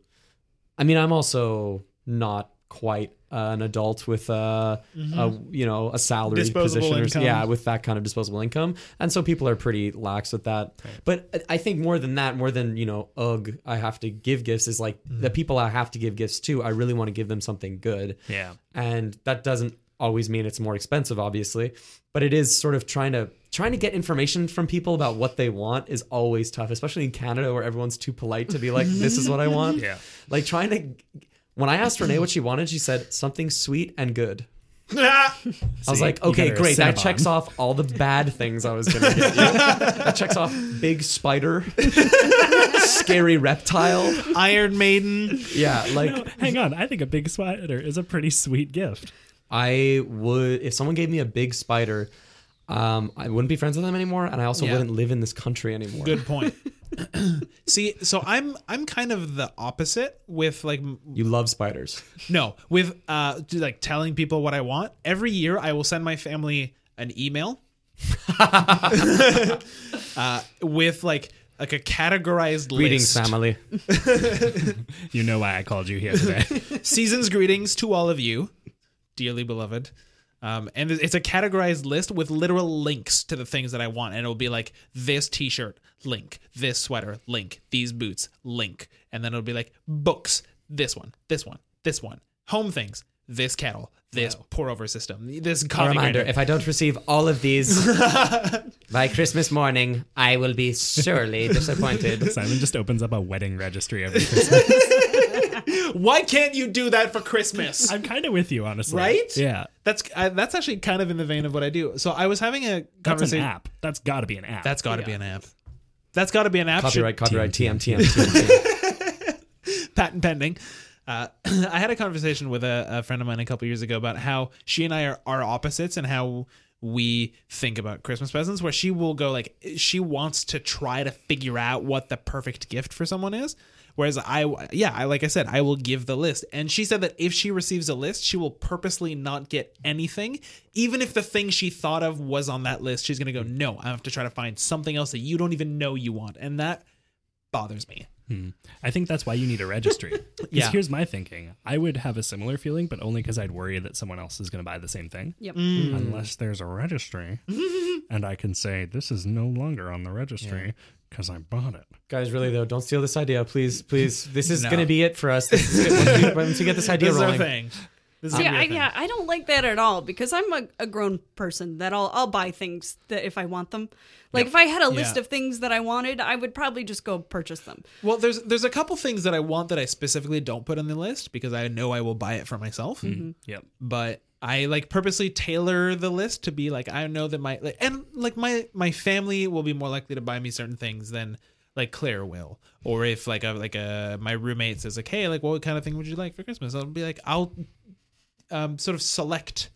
Speaker 3: I mean, I'm also not quite uh, an adult with a, a you know a salary
Speaker 4: Mm-hmm. Disposable
Speaker 3: position or
Speaker 4: income.
Speaker 3: yeah with that kind of disposable income, and so people are pretty lax with that. But I- I think more than that, more than you know, ugh, I have to give gifts is like
Speaker 6: Mm-hmm.
Speaker 3: the people I have to give gifts to. I really want to give them something good.
Speaker 6: Yeah.
Speaker 3: and that doesn't always mean it's more expensive obviously but it is sort of trying to trying to get information from people about what they want is always tough especially in canada where everyone's too polite to be like this is what i want
Speaker 6: Yeah.
Speaker 3: like trying to when i asked renee what she wanted she said something sweet and good i was
Speaker 6: See,
Speaker 3: like
Speaker 6: you
Speaker 3: okay
Speaker 6: got her a
Speaker 3: great that
Speaker 6: Cinnabon."
Speaker 3: checks off all the bad things i was gonna get you. that checks off big spider scary reptile
Speaker 4: Iron Maiden.
Speaker 3: yeah like
Speaker 6: Hang on, I think a big spider is a pretty sweet gift.
Speaker 3: I would if someone gave me a big spider, um, I wouldn't be friends with them anymore, and I also
Speaker 4: Yeah.
Speaker 3: wouldn't live in this country anymore.
Speaker 4: Good point. See, so I'm I'm kind of the opposite with like m-
Speaker 3: You love spiders.
Speaker 4: No, with uh, do, like telling people what I want. Every year, I will send my family an email uh, with like like a categorized
Speaker 3: Greetings,
Speaker 4: list.
Speaker 3: family.
Speaker 6: You know why I called you here today.
Speaker 4: Season's greetings to all of you, dearly beloved. Um, and it's a categorized list with literal links to the things that I want, and it'll be like this T-shirt link, this sweater link, these boots link, and then it'll be like books, this one, this one, this one, home things, this kettle, this pour over system, this
Speaker 3: A
Speaker 4: coffee
Speaker 3: reminder:
Speaker 4: grinder.
Speaker 3: if I don't receive all of these by Christmas morning, I will be surely disappointed.
Speaker 6: Simon just opens up a wedding registry every Christmas.
Speaker 4: Why can't you do that for Christmas?
Speaker 6: I'm kind of with you, honestly.
Speaker 4: Right?
Speaker 6: Yeah.
Speaker 4: that's I, that's actually kind of in the vein of what I do. So I was having a
Speaker 6: That's an
Speaker 4: conversation.
Speaker 6: app. That's got to be an app.
Speaker 4: That's got to be an app. That's got to be an app. Should-
Speaker 3: copyright, copyright, TM, TM, TM.
Speaker 4: patent pending. Uh, I had a conversation with a, a friend of mine a couple years ago about how she and I are, are opposites and how we think about Christmas presents. Where she will go like she wants to try to figure out what the perfect gift for someone is, whereas I, yeah, I like I said, I will give the list. And she said that if she receives a list, she will purposely not get anything, even if the thing she thought of was on that list. She's gonna go, no, I have to try to find something else that you don't even know you want, and that bothers me.
Speaker 6: I think that's why you need a registry. 'Cause
Speaker 4: Yeah.
Speaker 6: here's my thinking. I would have a similar feeling, but only because I'd worry that someone else is going to buy the same thing.
Speaker 5: Yep.
Speaker 3: Mm.
Speaker 6: Unless there's a registry, and I can say this is no longer on the registry because I bought it.
Speaker 3: Guys, really though, don't steal this idea, please, please. This is
Speaker 4: No.
Speaker 3: gonna be it for us. This is good. Once, we, once we get this idea
Speaker 4: This is our
Speaker 3: rolling,
Speaker 4: thing. This is gonna
Speaker 5: Yeah,
Speaker 4: be
Speaker 5: I,
Speaker 4: our thing.
Speaker 5: yeah, I don't like that at all because I'm a, a grown person that I'll I'll buy things that if I want them. Like if I had a list
Speaker 4: Yeah.
Speaker 5: of things that I wanted, I would probably just go purchase them.
Speaker 4: Well, there's there's a couple things that I want that I specifically don't put on the list because I know I will buy it for myself.
Speaker 6: Yep.
Speaker 4: But I like purposely tailor the list to be like I know that my like, and like my my family will be more likely to buy me certain things than like Claire will, or if like a like a my roommate says like Hey, like what kind of thing would you like for Christmas? I'll be like I'll um, sort of select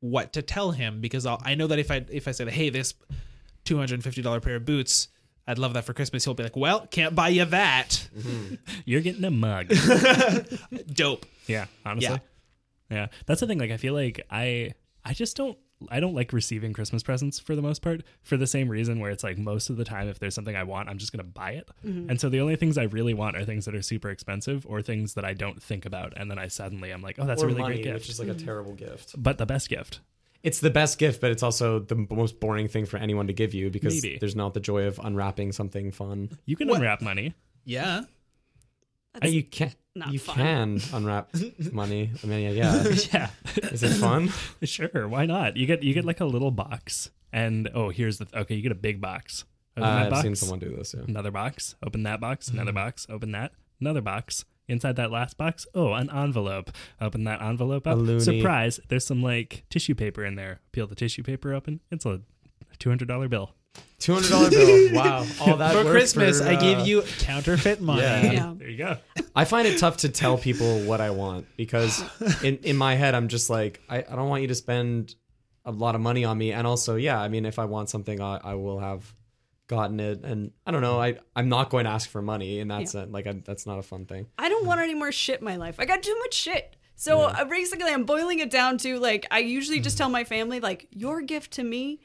Speaker 4: what to tell him because I'll, I know that if I if I said Hey, this two hundred and fifty dollar pair of boots. I'd love that for Christmas. He'll be like, "Well, can't buy you that."
Speaker 6: You're getting a mug.
Speaker 4: dope.
Speaker 6: Yeah, honestly.
Speaker 4: Yeah.
Speaker 6: Yeah. That's the thing like I feel like I I just don't I don't like receiving Christmas presents for the most part for the same reason where it's like most of the time if there's something I want, I'm just going to buy it.
Speaker 3: Mm-hmm.
Speaker 6: And so the only things I really want are things that are super expensive or things that I don't think about and then I suddenly I'm like, "Oh, that's
Speaker 3: or
Speaker 6: a really
Speaker 3: money,
Speaker 6: great gift."
Speaker 3: which is like a terrible gift.
Speaker 6: but the best gift.
Speaker 3: It's the best gift, but it's also the b- most boring thing for anyone to give you because
Speaker 6: Maybe.
Speaker 3: there's not the joy of unwrapping something fun.
Speaker 6: You can unwrap money.
Speaker 4: Yeah.
Speaker 3: Uh, you can't.
Speaker 5: not
Speaker 3: you
Speaker 5: fun.
Speaker 3: can unwrap money. I mean, yeah, yeah.
Speaker 6: Yeah.
Speaker 3: Is it fun?
Speaker 6: sure, why not? You get you get like a little box and oh, here's the okay, you get a big box.
Speaker 3: Uh,
Speaker 6: Open that
Speaker 3: I've
Speaker 6: box.
Speaker 3: seen someone do this. Yeah.
Speaker 6: another box, open that box,
Speaker 3: Mm-hmm.
Speaker 6: another box, open that, another box. Inside that last box, oh, an envelope. Open that envelope up.
Speaker 3: loony.
Speaker 6: Surprise, there's some like tissue paper in there. Peel the tissue paper open. It's a $200 bill.
Speaker 3: Two hundred dollar bill. Wow, all that
Speaker 4: For
Speaker 3: work
Speaker 4: Christmas,
Speaker 3: for,
Speaker 4: I
Speaker 3: uh,
Speaker 4: gave you counterfeit money.
Speaker 3: Yeah.
Speaker 5: Yeah.
Speaker 6: There you go.
Speaker 3: I find it tough to tell people what I want because in in my head, I'm just like, I, I don't want you to spend a lot of money on me. And also, yeah, I mean, if I want something, I, I will have gotten it. And I don't know. I I'm not going to ask for money in that
Speaker 5: Yeah.
Speaker 3: sense. Like, I, that's not a fun thing.
Speaker 5: I don't want any more shit in my life. I got too much shit. So uh,
Speaker 4: Mm-hmm.
Speaker 5: basically, I'm boiling it down to like I usually just tell my family like your gift to me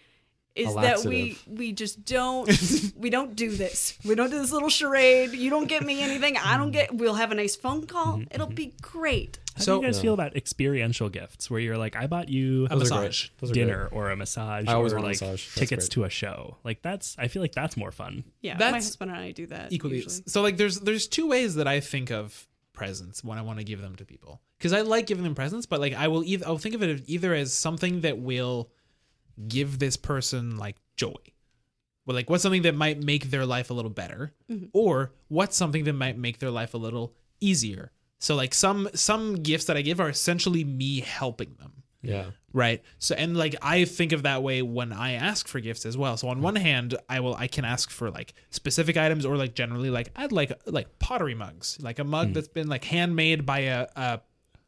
Speaker 5: is
Speaker 3: A
Speaker 5: that we we just don't we don't do this. We don't do this little charade. You don't get me anything. I
Speaker 4: Mm.
Speaker 5: don't get. We'll have a nice phone call.
Speaker 4: Mm-hmm.
Speaker 5: It'll be great.
Speaker 6: How
Speaker 3: So-
Speaker 6: do you guys feel about experiential gifts where you're like, I bought you
Speaker 4: A massage.
Speaker 3: Those are great.
Speaker 6: dinner or a massage
Speaker 3: I always
Speaker 6: or
Speaker 3: want a
Speaker 6: like
Speaker 3: massage. That's
Speaker 6: tickets
Speaker 3: great.
Speaker 6: to a show. Like that's I feel like that's more fun.
Speaker 5: Yeah, my
Speaker 4: That's
Speaker 5: husband and I do that
Speaker 4: equally
Speaker 5: usually.
Speaker 4: so like there's there's two ways that i think of presents when i want to give them to people because i like giving them presents but like i will either i'll think of it either as something that will give this person like joy well like what's something that might make their life a little better or what's something that might make their life a little easier so like some some gifts that i give are essentially me helping them
Speaker 3: Yeah.
Speaker 4: right so and like i think of that way when i ask for gifts as well so on one hand i will i can ask for like specific items or like generally like i'd like like pottery mugs like a mug that's been like handmade by a a,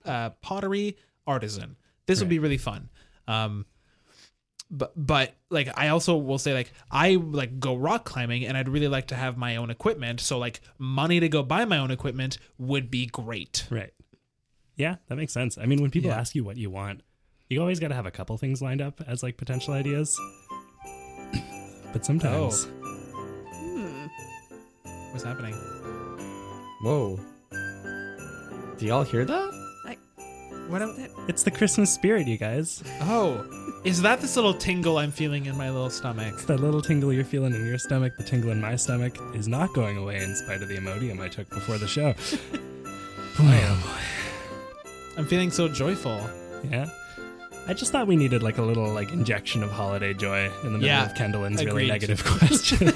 Speaker 4: a pottery artisan this would be really fun um but but like I also will say like I like go rock climbing and I'd really like to have my own equipment so like money to go buy my own equipment would be great
Speaker 6: Right. Yeah, that makes sense. I mean, when people
Speaker 4: Yeah.
Speaker 6: ask you what you want, you always got to have a couple things lined up as like potential ideas. but sometimes
Speaker 4: Oh. what's happening
Speaker 3: Whoa. Do y'all hear that?
Speaker 4: what am-
Speaker 6: it's the Christmas spirit, you guys.
Speaker 4: Oh, is that this little tingle I'm feeling in my little stomach?
Speaker 6: It's that little tingle you're feeling in your stomach, the tingle in my stomach is not going away in spite of the Imodium I took before the show. boy, oh
Speaker 4: I'm feeling so joyful.
Speaker 6: boy. Yeah. I just thought we needed like a little like injection of holiday joy in the middle
Speaker 4: Yeah,
Speaker 6: of Kendallin's really
Speaker 4: agreed.
Speaker 6: negative question.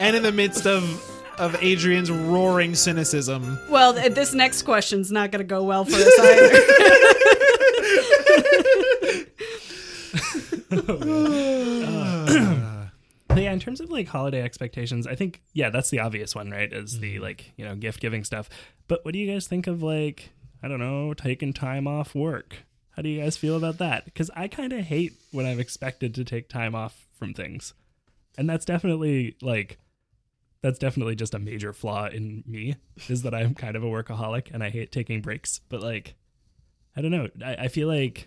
Speaker 4: And in the midst of of Adrian's roaring cynicism.
Speaker 5: Well, th- this next question's not going to go well for us either.
Speaker 6: But yeah, in terms of like holiday expectations, I think yeah, that's the obvious one, right? Is the like you know gift giving stuff. But what do you guys think of like I don't know taking time off work? How do you guys feel about that? Because I kind of hate when I'm expected to take time off from things, and that's definitely like that's definitely just a major flaw in me is that I'm kind of a workaholic and I hate taking breaks. But like, I don't know, I, I feel like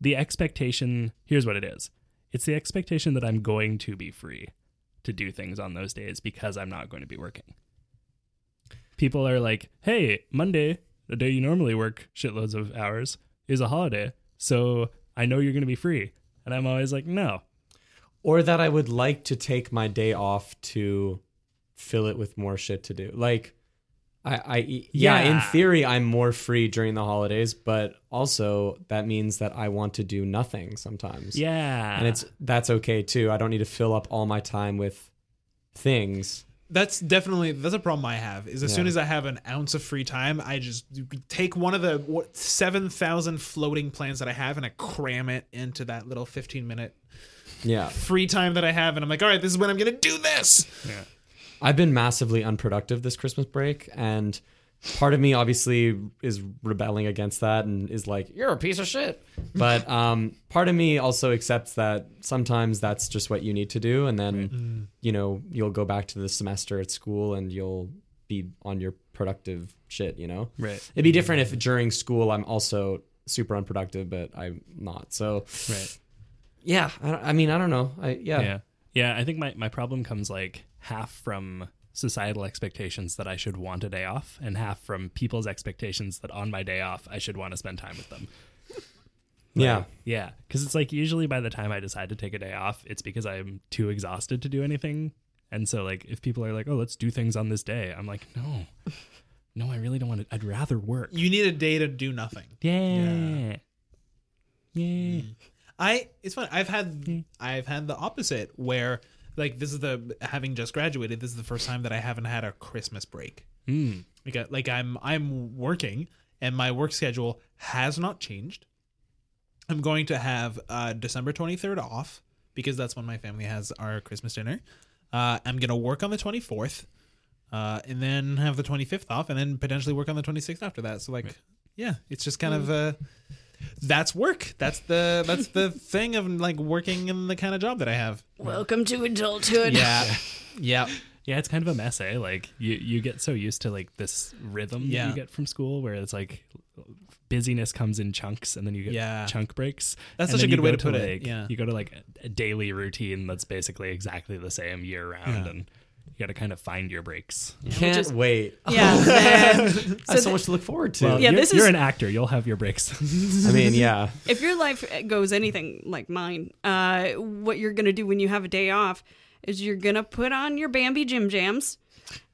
Speaker 6: the expectation here's what it is it's the expectation that I'm going to be free to do things on those days because I'm not going to be working. People are like, hey, Monday, the day you normally work shitloads of hours, is a holiday. So I know you're going to be free. And I'm always like, no.
Speaker 3: Or that I would like to take my day off to fill it with more shit to do. Like, I, I e, yeah, in
Speaker 6: Yeah.
Speaker 3: theory, I'm more free during the holidays, but also that means that I want to do nothing sometimes.
Speaker 6: Yeah.
Speaker 3: And it's that's okay too. I don't need to fill up all my time with things.
Speaker 4: That's definitely that's a problem I have. Is as soon
Speaker 3: Yeah.
Speaker 4: as I have an ounce of free time, I just take one of the what, seven thousand floating plans that I have and I cram it into that little fifteen minute
Speaker 3: Yeah.
Speaker 4: free time that I have, and I'm like, all right, this is when I'm gonna do this.
Speaker 3: I've been massively unproductive this Christmas break, and part of me obviously is rebelling against that and is like, "You're a piece of shit." But um, part of me also accepts that sometimes that's just what you need to do, and then you know you'll go back to the semester at school and you'll be on your productive shit. You know,
Speaker 6: Right.
Speaker 3: It'd be different if during school I'm also super unproductive, but I'm not. So
Speaker 6: right.
Speaker 3: yeah, I, don't- I mean, I don't know. I yeah.
Speaker 6: Yeah. Yeah. I think my, my problem comes like half from societal expectations that I should want a day off, and half from people's expectations that on my day off, I should want to spend time with them.
Speaker 3: Yeah.
Speaker 6: Yeah, because it's like usually by the time I decide to take a day off, it's because I'm too exhausted to do anything. And so, like, if people are like, "Oh, let's do things on this day," I'm like, "No, no, I really don't want to. I'd rather work."
Speaker 4: You need a day to do nothing.
Speaker 6: yeah, yeah,
Speaker 4: I it's fun. I've had I've had the opposite where like this is the having just graduated. This is the first time that I haven't had a Christmas break.
Speaker 6: Mm.
Speaker 4: Like I, like I'm I'm working and my work schedule has not changed. I'm going to have uh, December 23rd off because that's when my family has our Christmas dinner. Uh, I'm gonna work on the 24th, uh, and then have the 25th off, and then potentially work on the 26th after that. So like, yeah, it's just kind of uh, that's work. That's the that's the thing of like working in the kind of job that I have.
Speaker 5: Welcome to adulthood.
Speaker 4: Yeah, yeah.
Speaker 6: yeah. It's kind of a mess, eh? Like, you you get so used to like this rhythm that
Speaker 4: Yeah.
Speaker 6: you get from school, where it's like busyness comes in chunks and then you get
Speaker 4: Yeah.
Speaker 6: chunk breaks.
Speaker 4: That's
Speaker 6: And
Speaker 4: such a
Speaker 6: then you
Speaker 4: good way
Speaker 6: go
Speaker 4: to put it,
Speaker 6: like-
Speaker 4: yeah.
Speaker 6: You go to like a daily routine that's basically exactly the same year round
Speaker 4: Yeah.
Speaker 6: and you got to kind of find your breaks.
Speaker 3: Can't
Speaker 5: just-
Speaker 3: wait.
Speaker 5: Yeah, man. So
Speaker 3: I have so
Speaker 5: th-
Speaker 3: much to look forward to.
Speaker 6: Well,
Speaker 5: Yeah,
Speaker 6: you're,
Speaker 5: this
Speaker 6: you're
Speaker 5: is-
Speaker 6: an actor. You'll have your breaks.
Speaker 3: I mean, yeah.
Speaker 5: if your life eh, goes anything like mine, uh, what you're gonna do when you have a day off is you're gonna put on your Bambi Jim Jams,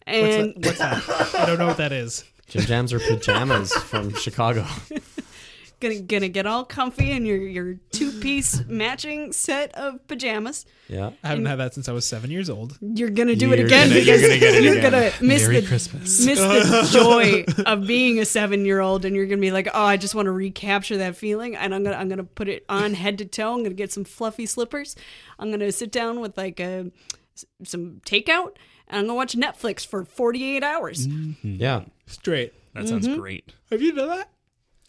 Speaker 5: and
Speaker 4: What's that? I don't know what that is.
Speaker 3: Jim Jams or pajamas from Chicago.
Speaker 5: gonna gonna get all comfy in your your two piece matching set of pajamas.
Speaker 3: Yeah.
Speaker 4: I haven't had that since I was seven years old.
Speaker 5: You're gonna do it
Speaker 3: You're
Speaker 5: again
Speaker 3: gonna- you're
Speaker 5: because
Speaker 3: gonna get it
Speaker 5: you're
Speaker 3: again.
Speaker 5: gonna miss
Speaker 6: Merry
Speaker 5: the
Speaker 6: Christmas.
Speaker 5: miss the joy of being a seven year old, and you're gonna be like, oh, I just want to recapture that feeling, and I'm gonna I'm gonna put it on head to toe. I'm gonna get some fluffy slippers. I'm gonna sit down with like a s- some takeout, and I'm gonna watch Netflix for 48 hours.
Speaker 3: Mm. Yeah.
Speaker 4: Straight.
Speaker 6: That sounds
Speaker 5: Mm-hmm.
Speaker 6: great.
Speaker 4: Have you done that?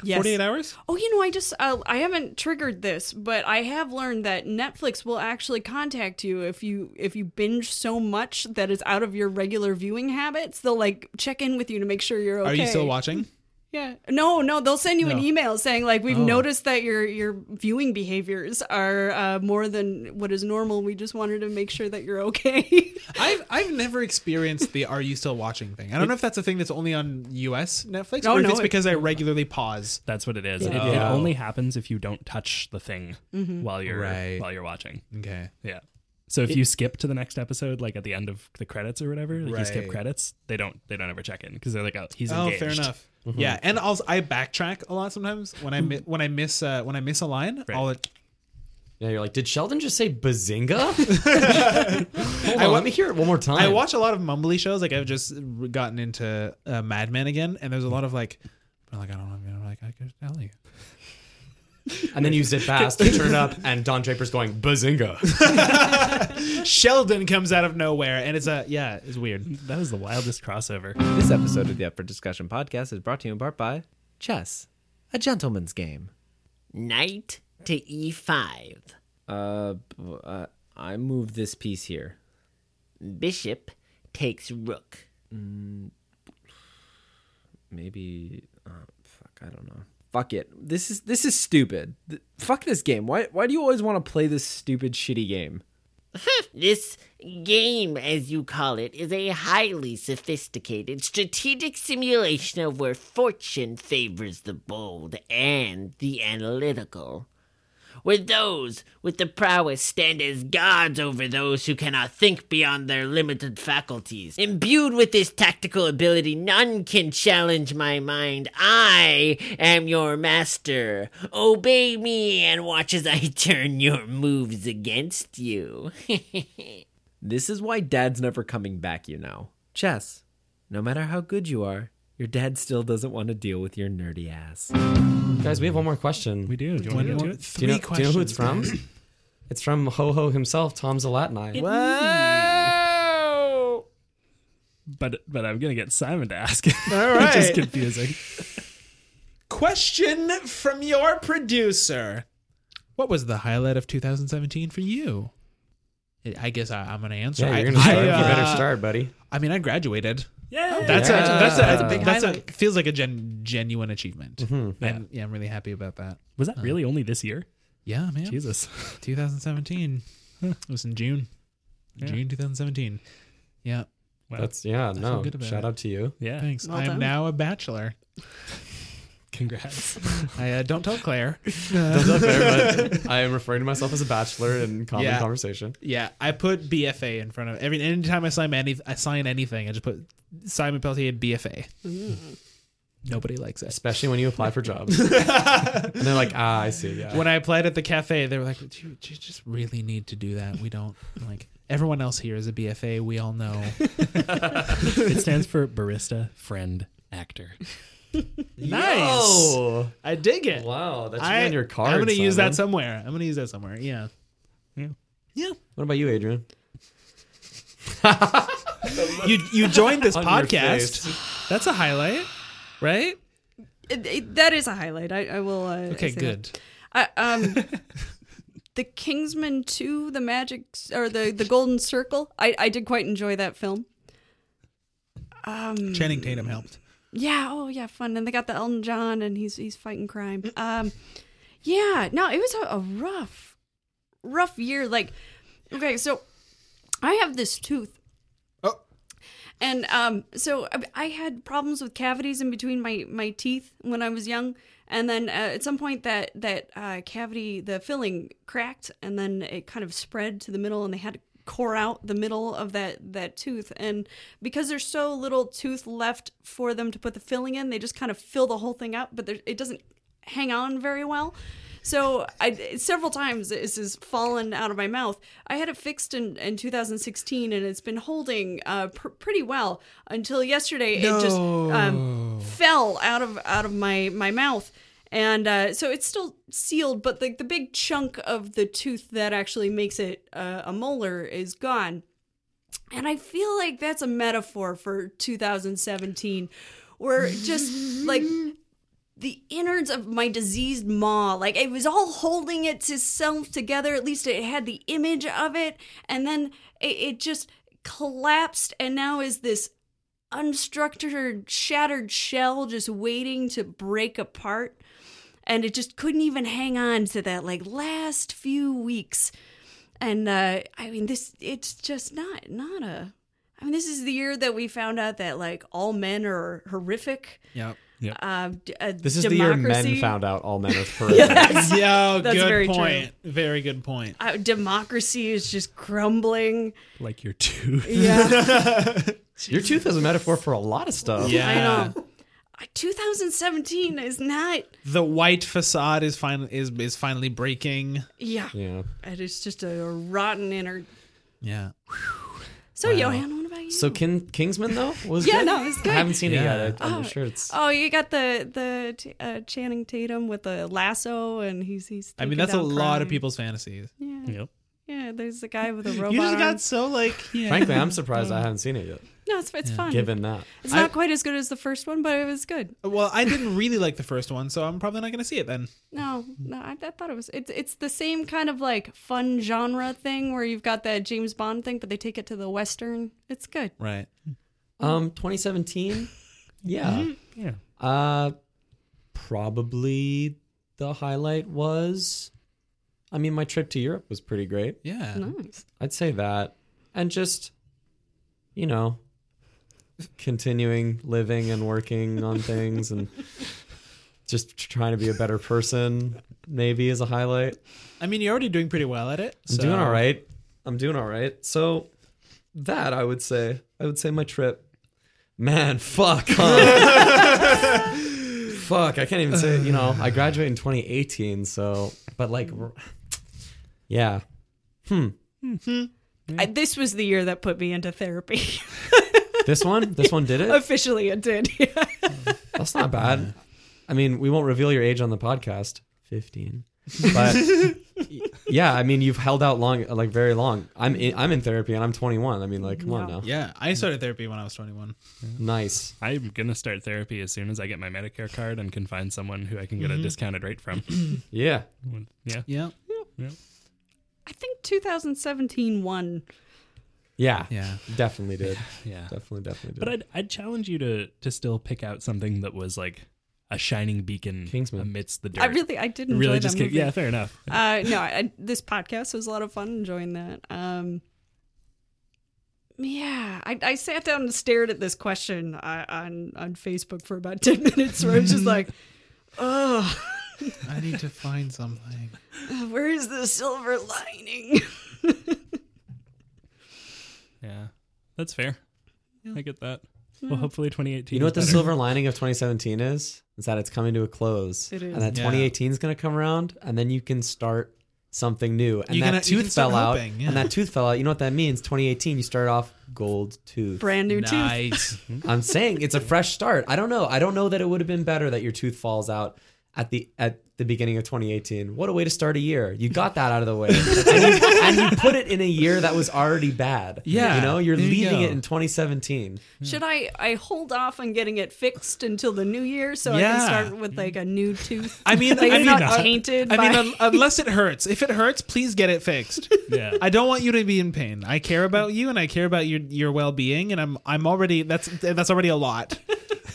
Speaker 5: Yes.
Speaker 4: 48 hours?
Speaker 5: Oh, you know, I just uh, I haven't triggered this, but I have learned that Netflix will actually contact you if you if you binge so much that it's out of your regular viewing habits. They'll like check in with you to make sure you're okay.
Speaker 4: Are you still watching?
Speaker 5: Yeah. No, no, they'll send you an
Speaker 4: No. Oh.
Speaker 5: email saying like we've noticed that your your viewing behaviors are uh, more than what is normal. We just wanted to make sure that you're okay.
Speaker 4: I've I've never experienced the "Are you still watching?" thing. I don't know if that's a thing that's only on U.S. Netflix
Speaker 5: Oh,
Speaker 4: or if
Speaker 5: no,
Speaker 4: it's
Speaker 5: it-
Speaker 4: because I regularly pause.
Speaker 6: That's what it is. It, it
Speaker 4: Oh.
Speaker 3: Yeah.
Speaker 6: only happens if you don't touch the thing
Speaker 5: Mm-hmm.
Speaker 6: while you're
Speaker 4: Right.
Speaker 6: while you're watching.
Speaker 4: Okay.
Speaker 6: Yeah. So if you skip to the next episode, like at the end of the credits or whatever, like you skip
Speaker 4: Right.
Speaker 6: credits, they don't they don't ever check in because they're like, oh, he's
Speaker 4: Oh,
Speaker 6: engaged.
Speaker 4: fair enough. Yeah, and also I backtrack a lot sometimes when I mi- when I miss uh, when I miss a line. I'll
Speaker 3: Yeah, you're like, did Sheldon just say bazinga? Hold on, let me hear it one more time.
Speaker 4: I watch a lot of mumbly shows. Like I've just re- gotten into uh, Mad Men again, and there's a lot of like, I'm like I don't know, you know, like I could tell you.
Speaker 3: and then you zip past, you turn it up, and Don Draper's going bazinga.
Speaker 4: Sheldon comes out of nowhere, and it's a yeah, it's weird.
Speaker 6: That was the wildest crossover.
Speaker 1: This episode of the Up for Discussion podcast is brought to you in part by Chess, a gentleman's game.
Speaker 7: Knight to e e5.
Speaker 1: Uh, b- uh I move this piece here.
Speaker 7: Bishop takes rook.
Speaker 1: Maybe uh, fuck, I don't know. Fuck it. This is this is stupid. Th- fuck this game. Why why do you always want to play this stupid shitty game?
Speaker 7: This game, as you call it, is a highly sophisticated strategic simulation of where fortune favors the bold and the analytical. Where those with the prowess stand as gods over those who cannot think beyond their limited faculties. Imbued with this tactical ability, none can challenge my mind. I am your master. Obey me and watch as I turn your moves against you.
Speaker 1: This is why dad's never coming back, you know. Chess. No matter how good you are, your dad still doesn't want to deal with your nerdy ass.
Speaker 3: Guys, we have one more question.
Speaker 6: We do.
Speaker 4: One more-
Speaker 3: Do
Speaker 4: three
Speaker 3: you know, do you know
Speaker 4: questions.
Speaker 3: who it's from? it's from Ho Ho himself, Tom Zalatni.
Speaker 6: But but I'm gonna get Simon to ask. All
Speaker 4: right.
Speaker 6: Which is confusing.
Speaker 4: Question from your producer. What was the highlight of 2017 for you? I guess I, I'm gonna answer.
Speaker 3: Yeah,
Speaker 4: I,
Speaker 3: you're gonna start.
Speaker 4: I,
Speaker 3: you better
Speaker 4: uh,
Speaker 3: start, buddy.
Speaker 4: I mean, I graduated.
Speaker 6: Yeah.
Speaker 4: That's
Speaker 3: Yeah.
Speaker 4: a that's a
Speaker 3: That's
Speaker 4: that's
Speaker 3: a
Speaker 4: a,
Speaker 3: big
Speaker 5: highlight.
Speaker 4: feels like a gen, genuine achievement.
Speaker 3: Mm-hmm.
Speaker 4: And yeah, I'm really happy about that.
Speaker 6: Was that really only this year?
Speaker 4: Yeah, man.
Speaker 6: Jesus.
Speaker 4: 2017. it was in June. June 2017. Yeah.
Speaker 6: Wow.
Speaker 3: That's yeah.
Speaker 4: feel
Speaker 3: No,
Speaker 4: good about
Speaker 3: shout
Speaker 4: it.
Speaker 3: out to you.
Speaker 6: yeah.
Speaker 4: Thanks.
Speaker 5: Well
Speaker 4: I am
Speaker 5: done.
Speaker 4: now a bachelor.
Speaker 6: Congrats.
Speaker 4: I uh, don't tell Claire.
Speaker 3: I am referring to myself as a bachelor in common
Speaker 4: Yeah.
Speaker 3: conversation.
Speaker 4: Yeah, I put BFA in front of every. Anytime I sign any, I sign anything. I just put Simon Peltier BFA. Nobody likes it.
Speaker 3: Especially when you apply for jobs. and they're like, ah, I see. Yeah.
Speaker 4: When I applied at the cafe, they were like, "Do you, do you just really need to do that? We don't like everyone else here is a BFA. We all know."
Speaker 6: it stands for barista friend actor.
Speaker 4: nice.
Speaker 3: Oh,
Speaker 4: I dig it.
Speaker 3: wow. That's
Speaker 4: I,
Speaker 3: you on your card.
Speaker 4: I'm gonna use that
Speaker 3: Simon.
Speaker 4: somewhere. I'm gonna use that somewhere. Yeah.
Speaker 3: What about you, Adrian?
Speaker 4: You you joined this
Speaker 3: On your face.
Speaker 4: podcast. That's a highlight, right?
Speaker 5: It- it- that is a highlight. I, I will. Uh,
Speaker 4: Okay,
Speaker 5: say that.
Speaker 4: good.
Speaker 5: I, um, the Kingsman Two, the Magic or the the Golden Circle. I I did quite enjoy that film. Um,
Speaker 4: Mm. Channing Tatum helped.
Speaker 5: Yeah. Oh, yeah. Fun. And they got the Elton John, and he's he's fighting crime. Um, yeah. No, it was a, a rough, rough year. Like, okay, so I have this tooth.
Speaker 4: Oh.
Speaker 5: And um, so I- I had problems with cavities in between my my teeth when I was young, and then uh, at some point that that uh, cavity, the filling cracked, and then it kind of spread to the middle, and they had to core out the middle of that that tooth. And because there's so little tooth left for them to put the filling in, they just kind of fill the whole thing up, but there, it doesn't hang on very well. So I several times this has fallen out of my mouth. I had it fixed in, in 2016, and it's been holding uh, pr- pretty well until yesterday. It just um, fell out of out of my my mouth, and uh, so it's still sealed. But like the, big chunk of the tooth that actually makes it uh, a molar is gone. And I feel like that's a metaphor for 2017, where just like the innards of my diseased maw, like it was all holding itself together. At least it had the image of it. And then it, it just collapsed and now is this unstructured, shattered shell just waiting to break apart. And it just couldn't even hang on to that like last few weeks and uh, I mean this it's just not not a I mean this is the year that we found out that like all men are horrific.
Speaker 4: Yep.
Speaker 5: Uh, d- uh,
Speaker 3: This is the year men
Speaker 5: democracy-
Speaker 3: found out all men are perfect.
Speaker 5: That's-
Speaker 4: Yeah,
Speaker 5: That's
Speaker 4: good
Speaker 5: very
Speaker 4: point. Very good point.
Speaker 5: uh, democracy is just crumbling.
Speaker 6: Like your tooth.
Speaker 5: Yeah,
Speaker 3: Your tooth is a metaphor for a lot of stuff.
Speaker 4: Yeah.
Speaker 5: I know. Uh, 2017 is not.
Speaker 4: The white facade is finally is is finally breaking.
Speaker 5: Yeah,
Speaker 3: Yeah.
Speaker 5: it is just a rotten inner.
Speaker 4: Yeah.
Speaker 5: So Johan, what about you?
Speaker 3: So Kin- Kingsman though was
Speaker 5: Yeah,
Speaker 3: good?
Speaker 5: no, it's good.
Speaker 3: I haven't seen
Speaker 4: Yeah.
Speaker 3: it yet. I, I'm
Speaker 5: Oh.
Speaker 3: sure it's.
Speaker 5: Oh, you got the the t- uh, Channing Tatum with the lasso, and he's he's.
Speaker 4: I mean,
Speaker 5: taking
Speaker 4: that's a
Speaker 5: down
Speaker 4: lot of
Speaker 5: crime.
Speaker 4: people's fantasies.
Speaker 5: Yeah,
Speaker 6: Yep.
Speaker 5: yeah. There's the guy with a robot.
Speaker 4: You just
Speaker 5: arm.
Speaker 4: got so like yeah.
Speaker 3: Frankly, I'm surprised I haven't seen it yet.
Speaker 5: No, it's, it's fun.
Speaker 3: Given that,
Speaker 5: It's not quite as good as the first one, but it was good.
Speaker 4: Well, I didn't really like the first one, so I'm probably not going to see it then.
Speaker 5: No, no, I, I thought it was. It's it's the same kind of like fun genre thing where you've got that James Bond thing, but they take it to the western. It's good.
Speaker 4: Right.
Speaker 5: Mm-hmm.
Speaker 3: um, 2017. Yeah.
Speaker 6: Yeah.
Speaker 3: Uh, probably the highlight was, I mean, my trip to Europe was pretty great.
Speaker 4: Yeah.
Speaker 5: Nice.
Speaker 3: I'd say that, and just, you know, continuing living and working on things and just trying to be a better person. Maybe is a highlight.
Speaker 4: I mean, you're already doing pretty well at it.
Speaker 3: I'm
Speaker 4: So.
Speaker 3: doing all right. I'm doing all right. So that I would say, I would say my trip. Man, fuck. Huh? fuck. I can't even say. You know, I graduated in 2018. So, but like, r- yeah. Hmm.
Speaker 5: I, this was the year that put me into therapy.
Speaker 3: This one. This one did it.
Speaker 5: Officially, it did. Yeah.
Speaker 3: That's not bad. I mean, we won't reveal your age on the podcast. 15. But yeah, I mean, you've held out long, like very long. I'm in, I'm in therapy and I'm 21. I mean, like, come on now.
Speaker 4: Yeah, I started therapy when I was 21.
Speaker 3: Nice.
Speaker 6: I'm gonna start therapy as soon as I get my Medicare card and can find someone who I can get
Speaker 4: Mm-hmm.
Speaker 6: a discounted rate from.
Speaker 3: Yeah.
Speaker 6: yeah.
Speaker 4: Yeah.
Speaker 5: I think 2017 won.
Speaker 3: Yeah.
Speaker 4: Yeah.
Speaker 3: Definitely did.
Speaker 6: Yeah.
Speaker 3: Definitely, definitely did.
Speaker 6: But I'd, I'd challenge you to to still pick out something that was like a shining beacon
Speaker 3: Kingsman.
Speaker 6: amidst the dirt.
Speaker 5: I really, I did enjoy
Speaker 6: really
Speaker 5: that
Speaker 6: just
Speaker 5: movie.
Speaker 6: kick- yeah, fair enough.
Speaker 5: uh, no, I, this podcast was a lot of fun enjoying that. Um, yeah, I, I sat down and stared at this question uh, on on Facebook for about ten minutes, where I was just like, "Oh,
Speaker 4: I need to find something.
Speaker 5: where is the silver lining?"
Speaker 6: Yeah, that's fair. I get that. Well, hopefully 2018.
Speaker 3: you know
Speaker 6: is
Speaker 3: what the
Speaker 6: better.
Speaker 3: silver lining of 2017 is? Is that it's coming to a close.
Speaker 5: It is.
Speaker 3: And that
Speaker 4: Yeah.
Speaker 3: 2018 is going to come around, and then you can start something new. And
Speaker 4: You
Speaker 3: that
Speaker 4: can- you can
Speaker 3: tooth fell
Speaker 4: start
Speaker 3: out.
Speaker 4: hoping, yeah.
Speaker 3: And that tooth fell out. You know what that means? 2018, you start off gold tooth.
Speaker 5: Brand new tooth.
Speaker 4: Nice.
Speaker 3: I'm saying it's a fresh start. I don't know. I don't know that it would have been better that your tooth falls out at the at the beginning of 2018. What a way to start a year. You got that out of the way. and, you, and you put it in a year that was already bad.
Speaker 4: Yeah.
Speaker 3: You know, you're
Speaker 4: There you
Speaker 3: leaving
Speaker 4: go.
Speaker 3: it in 2017.
Speaker 4: Hmm.
Speaker 5: Should I I hold off on getting it fixed until the new year so I
Speaker 4: Yeah.
Speaker 5: can start with like a new tooth?
Speaker 4: I mean,
Speaker 5: Like,
Speaker 4: I mean,
Speaker 5: it's not
Speaker 4: uh,
Speaker 5: tainted
Speaker 4: I mean,
Speaker 5: by-
Speaker 4: un- unless it hurts. If it hurts, please get it fixed.
Speaker 6: Yeah.
Speaker 4: I don't want you to be in pain. I care about you, and I care about your your well being, and I'm I'm already that's that's already a lot.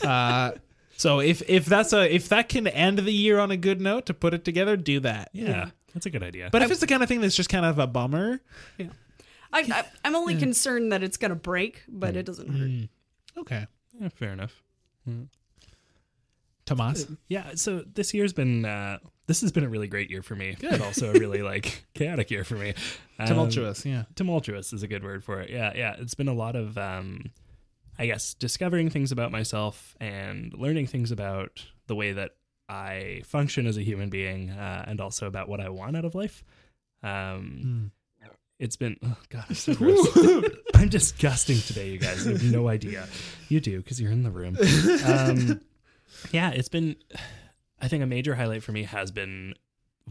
Speaker 4: Uh, so if if that's a if that can end the year on a good note to put it together, do that.
Speaker 6: Yeah, that's a good idea.
Speaker 4: But if it's the kind of thing that's just kind of a bummer,
Speaker 5: I, I, I'm only
Speaker 4: Hmm.
Speaker 5: concerned that it's gonna break, but it doesn't hurt.
Speaker 4: okay.
Speaker 6: Yeah, fair enough.
Speaker 4: Tomas,
Speaker 5: Um,
Speaker 6: Yeah, so this year's been uh, this has been a really great year for me, but also a really like chaotic year for me. Um,
Speaker 4: tumultuous. yeah.
Speaker 6: tumultuous is a good word for it. Yeah, yeah. It's been a lot of, um, I guess, discovering things about myself and learning things about the way that I function as a human being, uh, and also about what I want out of life. Um, It's been, oh God, I'm so gross. I'm disgusting today, you guys. You have no idea. You do because you're in the room. Um, yeah, it's been. I think a major highlight for me has been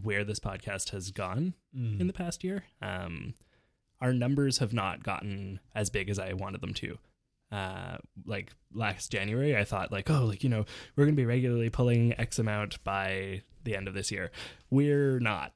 Speaker 6: where this podcast has gone in the past year. Um, our numbers have not gotten as big as I wanted them to. Uh, like last January, I thought like, oh, like you know, we're gonna be regularly pulling X amount by the end of this year. We're not,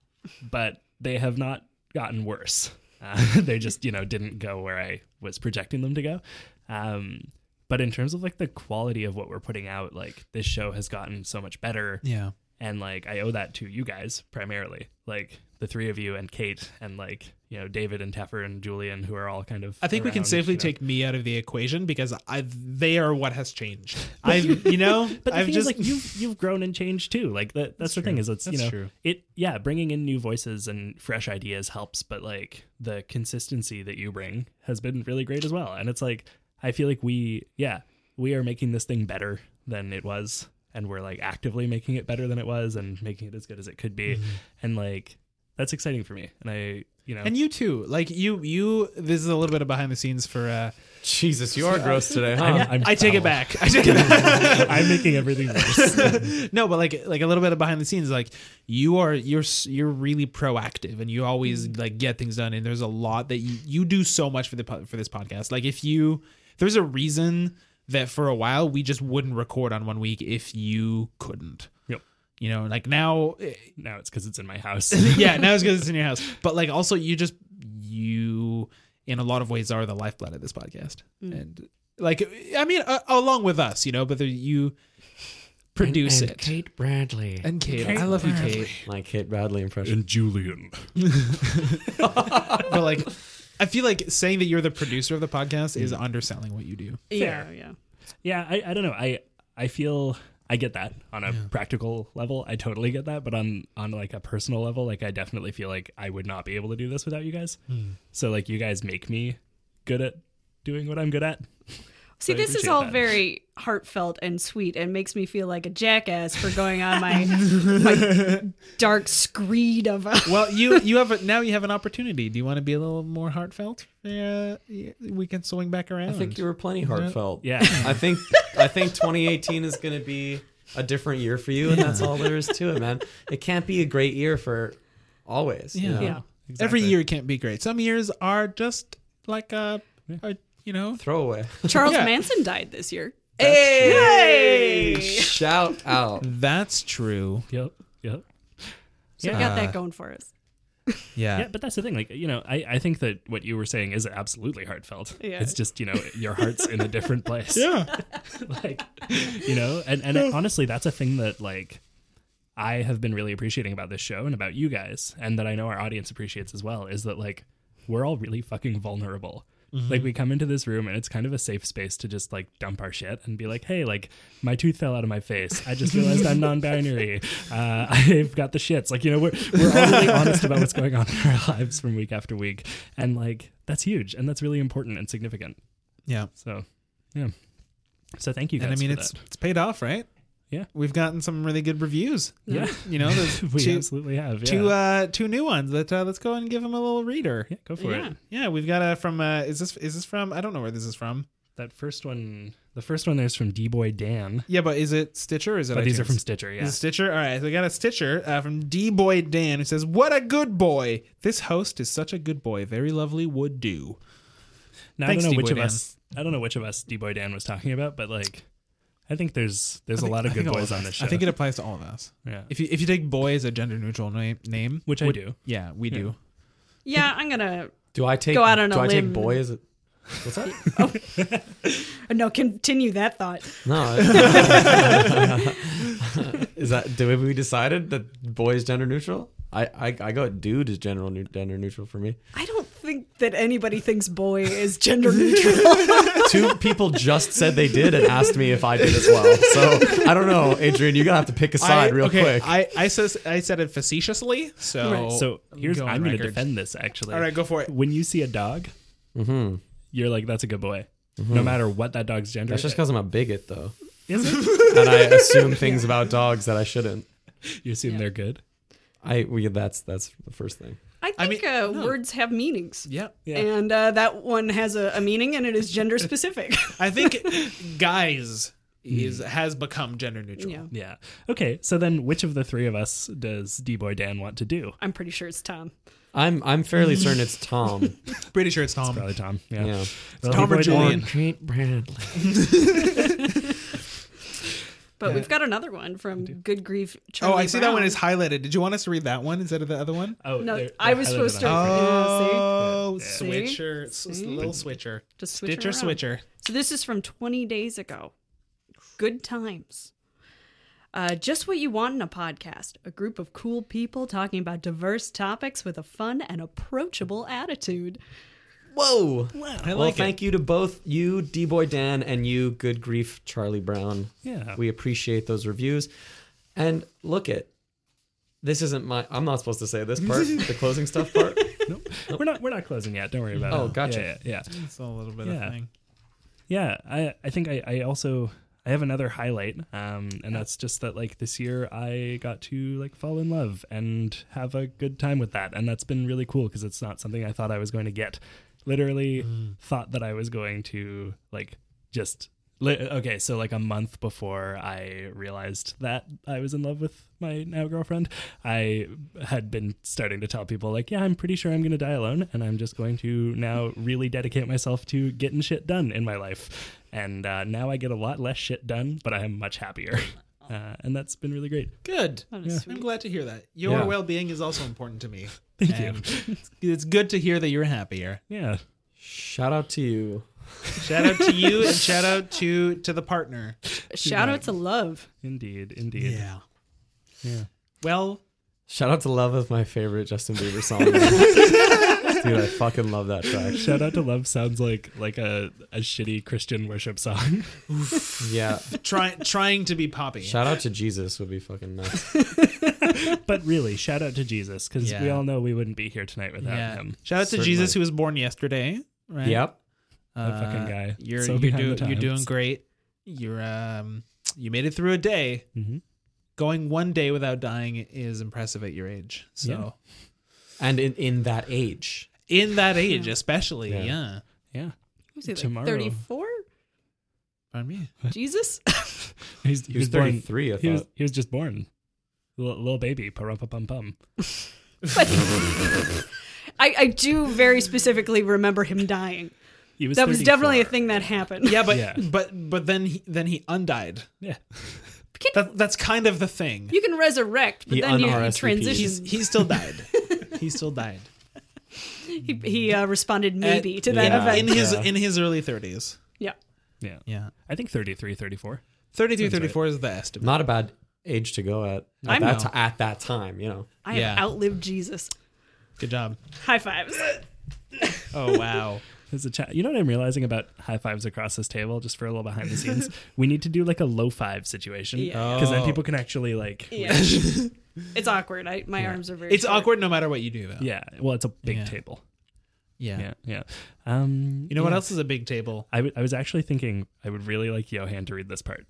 Speaker 6: but they have not gotten worse. Uh, they just you know didn't go where I was projecting them to go. Um, but in terms of like the quality of what we're putting out, like this show has gotten so much better
Speaker 4: Yeah.
Speaker 6: and like I owe that to you guys primarily, like the three of you and Kate and like you know David and Teffer and Julian, who are all kind of.
Speaker 4: I think we can
Speaker 6: around,
Speaker 4: safely
Speaker 6: you know.
Speaker 4: take me out of the equation because I they are what has changed. I you know
Speaker 6: But the
Speaker 4: I've
Speaker 6: thing is,
Speaker 4: just
Speaker 6: like you've you've grown and changed too. Like that, that's, the thing is, it's you
Speaker 4: That's
Speaker 6: know
Speaker 4: true.
Speaker 6: it yeah bringing in new voices and fresh ideas helps, but like the consistency that you bring has been really great as well. And it's like I feel like we yeah we are making this thing better than it was, and we're like actively making it better than it was, and making it as good as it could
Speaker 4: Mm-hmm.
Speaker 6: be, and like that's exciting for me. And I you know
Speaker 4: and you too. Like you you this is a little bit of behind the scenes for uh
Speaker 3: Jesus, you are gross today, huh?
Speaker 6: I'm
Speaker 4: I take it back. I take it back.
Speaker 6: I'm making everything worse.
Speaker 4: no, but like like a little bit of behind the scenes, like you are you're s- you're really proactive and you always
Speaker 6: Mm-hmm.
Speaker 4: like get things done. And there's a lot that you, you do so much for the po- for this podcast. Like if you there's a reason that for a while we just wouldn't record on one week if you couldn't.
Speaker 6: Yep.
Speaker 4: You know, like now, eh,
Speaker 6: now it's because it's in my house.
Speaker 4: yeah, now it's because it's in your house. But like also you just you in a lot of ways are the lifeblood of this podcast
Speaker 3: Mm.
Speaker 4: and like I mean uh, along with us, you know, but there, you produce it.
Speaker 3: Kate Bradley.
Speaker 4: And Kate, I love you, Kate.
Speaker 3: My Kate Bradley impression.
Speaker 6: Julian.
Speaker 4: But like, I feel like saying that you're the producer of the podcast is
Speaker 3: Mm.
Speaker 4: underselling what you do.
Speaker 5: Yeah, yeah.
Speaker 6: Yeah, I, I don't know. I I feel I get that on a practical level. I totally get that, but on on like a personal level, like I definitely feel like I would not be able to do this without you guys. So like you guys make me good at doing what I'm good at.
Speaker 5: See,
Speaker 6: I
Speaker 5: this is
Speaker 6: appreciate
Speaker 5: all
Speaker 6: that.
Speaker 5: very heartfelt and sweet, and makes me feel like a jackass for going on my, my dark screed of a.
Speaker 4: Well, you you have a, now you have an opportunity. Do you want to be a little more heartfelt? Yeah, yeah, we can swing back around.
Speaker 3: I think you were plenty heartfelt.
Speaker 6: Yeah.
Speaker 3: I think I think 2018 is going to be a different year for you, and that's all there is to it, man. It can't be a great year for always. you
Speaker 4: Yeah.
Speaker 3: know?
Speaker 5: Yeah.
Speaker 4: every year can't be great. Some years are just like a, a you know.
Speaker 3: Throwaway.
Speaker 5: Charles
Speaker 4: Yeah.
Speaker 5: Manson died this year.
Speaker 3: Hey! Shout out.
Speaker 4: That's true.
Speaker 6: Yep. Yep.
Speaker 5: So we got that going for us.
Speaker 4: Yeah.
Speaker 6: Yeah, but that's the thing. Like, you know, I, I think that what you were saying is absolutely heartfelt.
Speaker 5: Yeah.
Speaker 6: It's just, you know, your heart's in a different place.
Speaker 4: Yeah.
Speaker 6: like you know and and honestly that's a thing that like i have been really appreciating about this show and about you guys and that i know our audience appreciates as well is that like we're all really fucking vulnerable like we come into this room and it's kind of a safe space to just like dump our shit and be like hey like my tooth fell out of my face i just realized i'm non-binary uh, i've got the shits like you know we're, we're all really honest about what's going on in our lives from week after week and like that's huge and that's really important and significant
Speaker 4: Yeah.
Speaker 6: so yeah so thank you guys
Speaker 4: And I mean,
Speaker 6: for
Speaker 4: it's
Speaker 6: that.
Speaker 4: it's paid off, right?
Speaker 6: Yeah.
Speaker 4: We've gotten some really good reviews.
Speaker 6: Yeah.
Speaker 4: You know, there's
Speaker 6: we
Speaker 4: two,
Speaker 6: absolutely have. Yeah.
Speaker 4: two uh two new ones that uh, let's go and give them a little reader.
Speaker 6: yeah, go for it.
Speaker 4: Yeah, we've got a from uh is this is this from I don't know where this is from.
Speaker 6: That first one, the first one there's from D Boy Dan.
Speaker 4: Yeah, but is it Stitcher or is it
Speaker 6: But Oh, these are
Speaker 4: iTunes?
Speaker 6: from Stitcher, yeah.
Speaker 4: Is it Stitcher? All right, so we got a Stitcher uh, from D Boy Dan who says, "What a good boy! This host is such a good boy. Very lovely would do."
Speaker 6: Now
Speaker 4: Thanks,
Speaker 6: I don't
Speaker 4: D-Boy
Speaker 6: know which
Speaker 4: Dan.
Speaker 6: of us I don't know which of us D Boy Dan was talking about, but like I think there's there's a lot of
Speaker 4: I think
Speaker 6: good
Speaker 4: all
Speaker 6: boys on
Speaker 4: us.
Speaker 6: this show.
Speaker 4: I think it applies to all of us.
Speaker 6: yeah.
Speaker 4: If you if you take boy as a gender neutral name, name
Speaker 6: which I do.
Speaker 4: yeah, we do.
Speaker 5: Yeah, I'm gonna.
Speaker 3: Do I take
Speaker 5: Go out on
Speaker 3: do
Speaker 5: a
Speaker 3: I take
Speaker 5: limb.
Speaker 3: boy as a What's that?
Speaker 5: No, continue that thought.
Speaker 3: No. it- is that do we decided that boy is gender neutral? I I, I go dude is general neu- gender neutral for me.
Speaker 5: I don't think that anybody thinks boy is gender neutral.
Speaker 3: Two people just said they did and asked me if I did as well. So I don't know, Adrian. You're gonna have to pick a side
Speaker 4: I-
Speaker 3: real
Speaker 4: okay,
Speaker 3: quick.
Speaker 4: I I says I said it facetiously, so
Speaker 6: So here's
Speaker 4: go on
Speaker 6: I'm going to
Speaker 4: record.
Speaker 6: defend this actually.
Speaker 4: All right, go for it. Mm-hmm.
Speaker 6: When you see a dog, you're like, "That's a good boy," no matter what that dog's gender.
Speaker 3: That's just because I'm a bigot, though,
Speaker 6: is
Speaker 3: and I assume things about dogs that I shouldn't.
Speaker 6: You assume they're good.
Speaker 3: I we, that's that's the first thing.
Speaker 5: I
Speaker 4: I
Speaker 5: think
Speaker 4: mean,
Speaker 5: uh, words have meanings.
Speaker 4: Yeah.
Speaker 5: And uh, that one has a, a meaning and it is gender specific.
Speaker 4: I think guys is has become gender neutral.
Speaker 5: yeah.
Speaker 6: Yeah. Okay. So then, which of the three of us does D Boy Dan want to do?
Speaker 5: I'm pretty sure it's Tom.
Speaker 3: I'm I'm fairly certain it's Tom.
Speaker 4: Pretty sure it's Tom.
Speaker 6: Probably Tom. Yeah.
Speaker 3: Yeah.
Speaker 6: Well,
Speaker 4: Tom or
Speaker 6: D-Boy Dan.
Speaker 4: Julian.
Speaker 3: Great Bradley.
Speaker 5: But we've got another one from Good Grief. Charlie
Speaker 4: Oh, I see that one
Speaker 5: Brown.
Speaker 4: is highlighted. Did you want us to read that one instead of the other one?
Speaker 6: Oh,
Speaker 5: No,
Speaker 6: they're- they're
Speaker 5: I was
Speaker 6: highlighted
Speaker 5: supposed to.
Speaker 6: on-
Speaker 4: Oh,
Speaker 5: Uh, See?
Speaker 4: switcher, S- little switcher,
Speaker 5: Just switch
Speaker 4: stitcher,
Speaker 5: around.
Speaker 4: switcher.
Speaker 5: So this is from 20 days ago. Good times. Uh, just what you want in a podcast a group of cool people talking about diverse topics with a fun and approachable attitude.
Speaker 3: Whoa.
Speaker 4: I
Speaker 3: well,
Speaker 4: like it.
Speaker 3: thank you to both you, D Boy Dan, and you, Good Grief, Charlie Brown.
Speaker 6: Yeah.
Speaker 3: We appreciate those reviews. And look at this isn't my I'm not supposed to say this part, the closing stuff part.
Speaker 6: We're not. We're not closing yet. Don't worry about it.
Speaker 3: Oh, gotcha.
Speaker 6: Yeah. Yeah. yeah.
Speaker 4: It's a little bit
Speaker 6: Yeah.
Speaker 4: of thing.
Speaker 6: Yeah, I I think I, I also I have another highlight, um, and that's just that like this year I got to like fall in love and have a good time with that, and that's been really cool because it's not something I thought I was going to get. Literally
Speaker 3: Mm.
Speaker 6: thought that I was going to like just li- okay, so like a month before I realized that I was in love with my now girlfriend, I had been starting to tell people like, yeah, I'm pretty sure I'm going to die alone, and I'm just going to now really dedicate myself to getting shit done in my life. And uh, now I get a lot less shit done, but I am much happier, uh, and that's been really great.
Speaker 4: Good.
Speaker 5: That is
Speaker 4: I'm
Speaker 5: sweet.
Speaker 4: glad to hear that. Your
Speaker 3: Yeah.
Speaker 4: well-being is also important to me. Thank you. It's good to hear that you're happier.
Speaker 6: Yeah,
Speaker 3: Shout out to you.
Speaker 4: Shout out to you and shout out to to the partner.
Speaker 5: Shout out to love.
Speaker 6: indeed, indeed.
Speaker 4: Yeah. Well,
Speaker 3: Shout out to Love of my favorite Justin Bieber song. Dude, I fucking love that track.
Speaker 6: Shout out to love sounds like like a a shitty Christian worship song.
Speaker 3: Yeah.
Speaker 4: try, trying to be poppy.
Speaker 3: Shout out to Jesus would be fucking nuts.
Speaker 6: but really, shout out to Jesus because we
Speaker 4: Yeah.
Speaker 6: all know we wouldn't be here tonight without
Speaker 4: yeah.
Speaker 6: him.
Speaker 4: Shout out to
Speaker 3: Certainly.
Speaker 4: Jesus who was born yesterday. Right.
Speaker 3: Yep.
Speaker 4: Uh,
Speaker 6: fucking guy.
Speaker 4: You're
Speaker 6: So
Speaker 4: you're,
Speaker 6: behind
Speaker 4: doing
Speaker 6: the
Speaker 4: you're doing
Speaker 6: times.
Speaker 4: great. You're um you made it through a day.
Speaker 6: Mhm.
Speaker 4: Going one day without dying is impressive at your age. So
Speaker 3: And in, in that age.
Speaker 4: in that age, especially,
Speaker 3: Yeah.
Speaker 4: yeah.
Speaker 6: Yeah,
Speaker 5: Was he like
Speaker 6: Tomorrow.
Speaker 5: 34?
Speaker 4: Pardon me.
Speaker 5: Jesus?
Speaker 6: he's,
Speaker 3: He was
Speaker 6: born-
Speaker 3: 33, I
Speaker 6: he was
Speaker 3: thought.
Speaker 6: he was just born, little, little baby, parumpa pum pum.
Speaker 5: I, I do very specifically remember him dying.
Speaker 6: He was
Speaker 5: That was definitely a
Speaker 6: 34.
Speaker 5: thing that happened.
Speaker 4: Yeah, but
Speaker 6: Yeah.
Speaker 4: but but then he, then he undied.
Speaker 6: Yeah,
Speaker 4: That that's kind of the thing.
Speaker 5: You can resurrect, but
Speaker 3: He
Speaker 5: then you, you
Speaker 3: un-RSVPs.
Speaker 4: He's
Speaker 5: transition.
Speaker 4: he still died. he still died.
Speaker 5: He, he uh, responded maybe
Speaker 4: At-
Speaker 5: to that
Speaker 3: Yeah.
Speaker 5: event.
Speaker 4: in his
Speaker 3: Yeah.
Speaker 4: in his early 30s.
Speaker 5: Yeah.
Speaker 6: yeah,
Speaker 4: Yeah.
Speaker 6: I think 33, 34.
Speaker 4: 33 34 is the estimate.
Speaker 3: Not a bad age to go at
Speaker 5: I
Speaker 3: at that,
Speaker 4: know.
Speaker 3: ti- at that time, you know.
Speaker 5: I have
Speaker 4: Yeah.
Speaker 5: outlived Jesus.
Speaker 4: Good job.
Speaker 5: High fives.
Speaker 4: Oh wow.
Speaker 6: As a chat, you know what I'm realizing about high fives across this table, just for a little behind the scenes. we need to do like a low five situation
Speaker 5: Yeah.
Speaker 6: because then
Speaker 4: Oh.
Speaker 6: people can actually like. Yeah.
Speaker 5: Yeah. it's awkward. I, my arms are very.
Speaker 4: it's
Speaker 5: short.
Speaker 4: awkward no matter what you do though.
Speaker 6: well, it's a big
Speaker 4: Yeah.
Speaker 6: table.
Speaker 4: Yeah.
Speaker 6: Yeah, yeah. Um,
Speaker 4: You know what
Speaker 6: yeah.
Speaker 4: else is a big table?
Speaker 6: I w- I was actually thinking I would really like Johan to read this part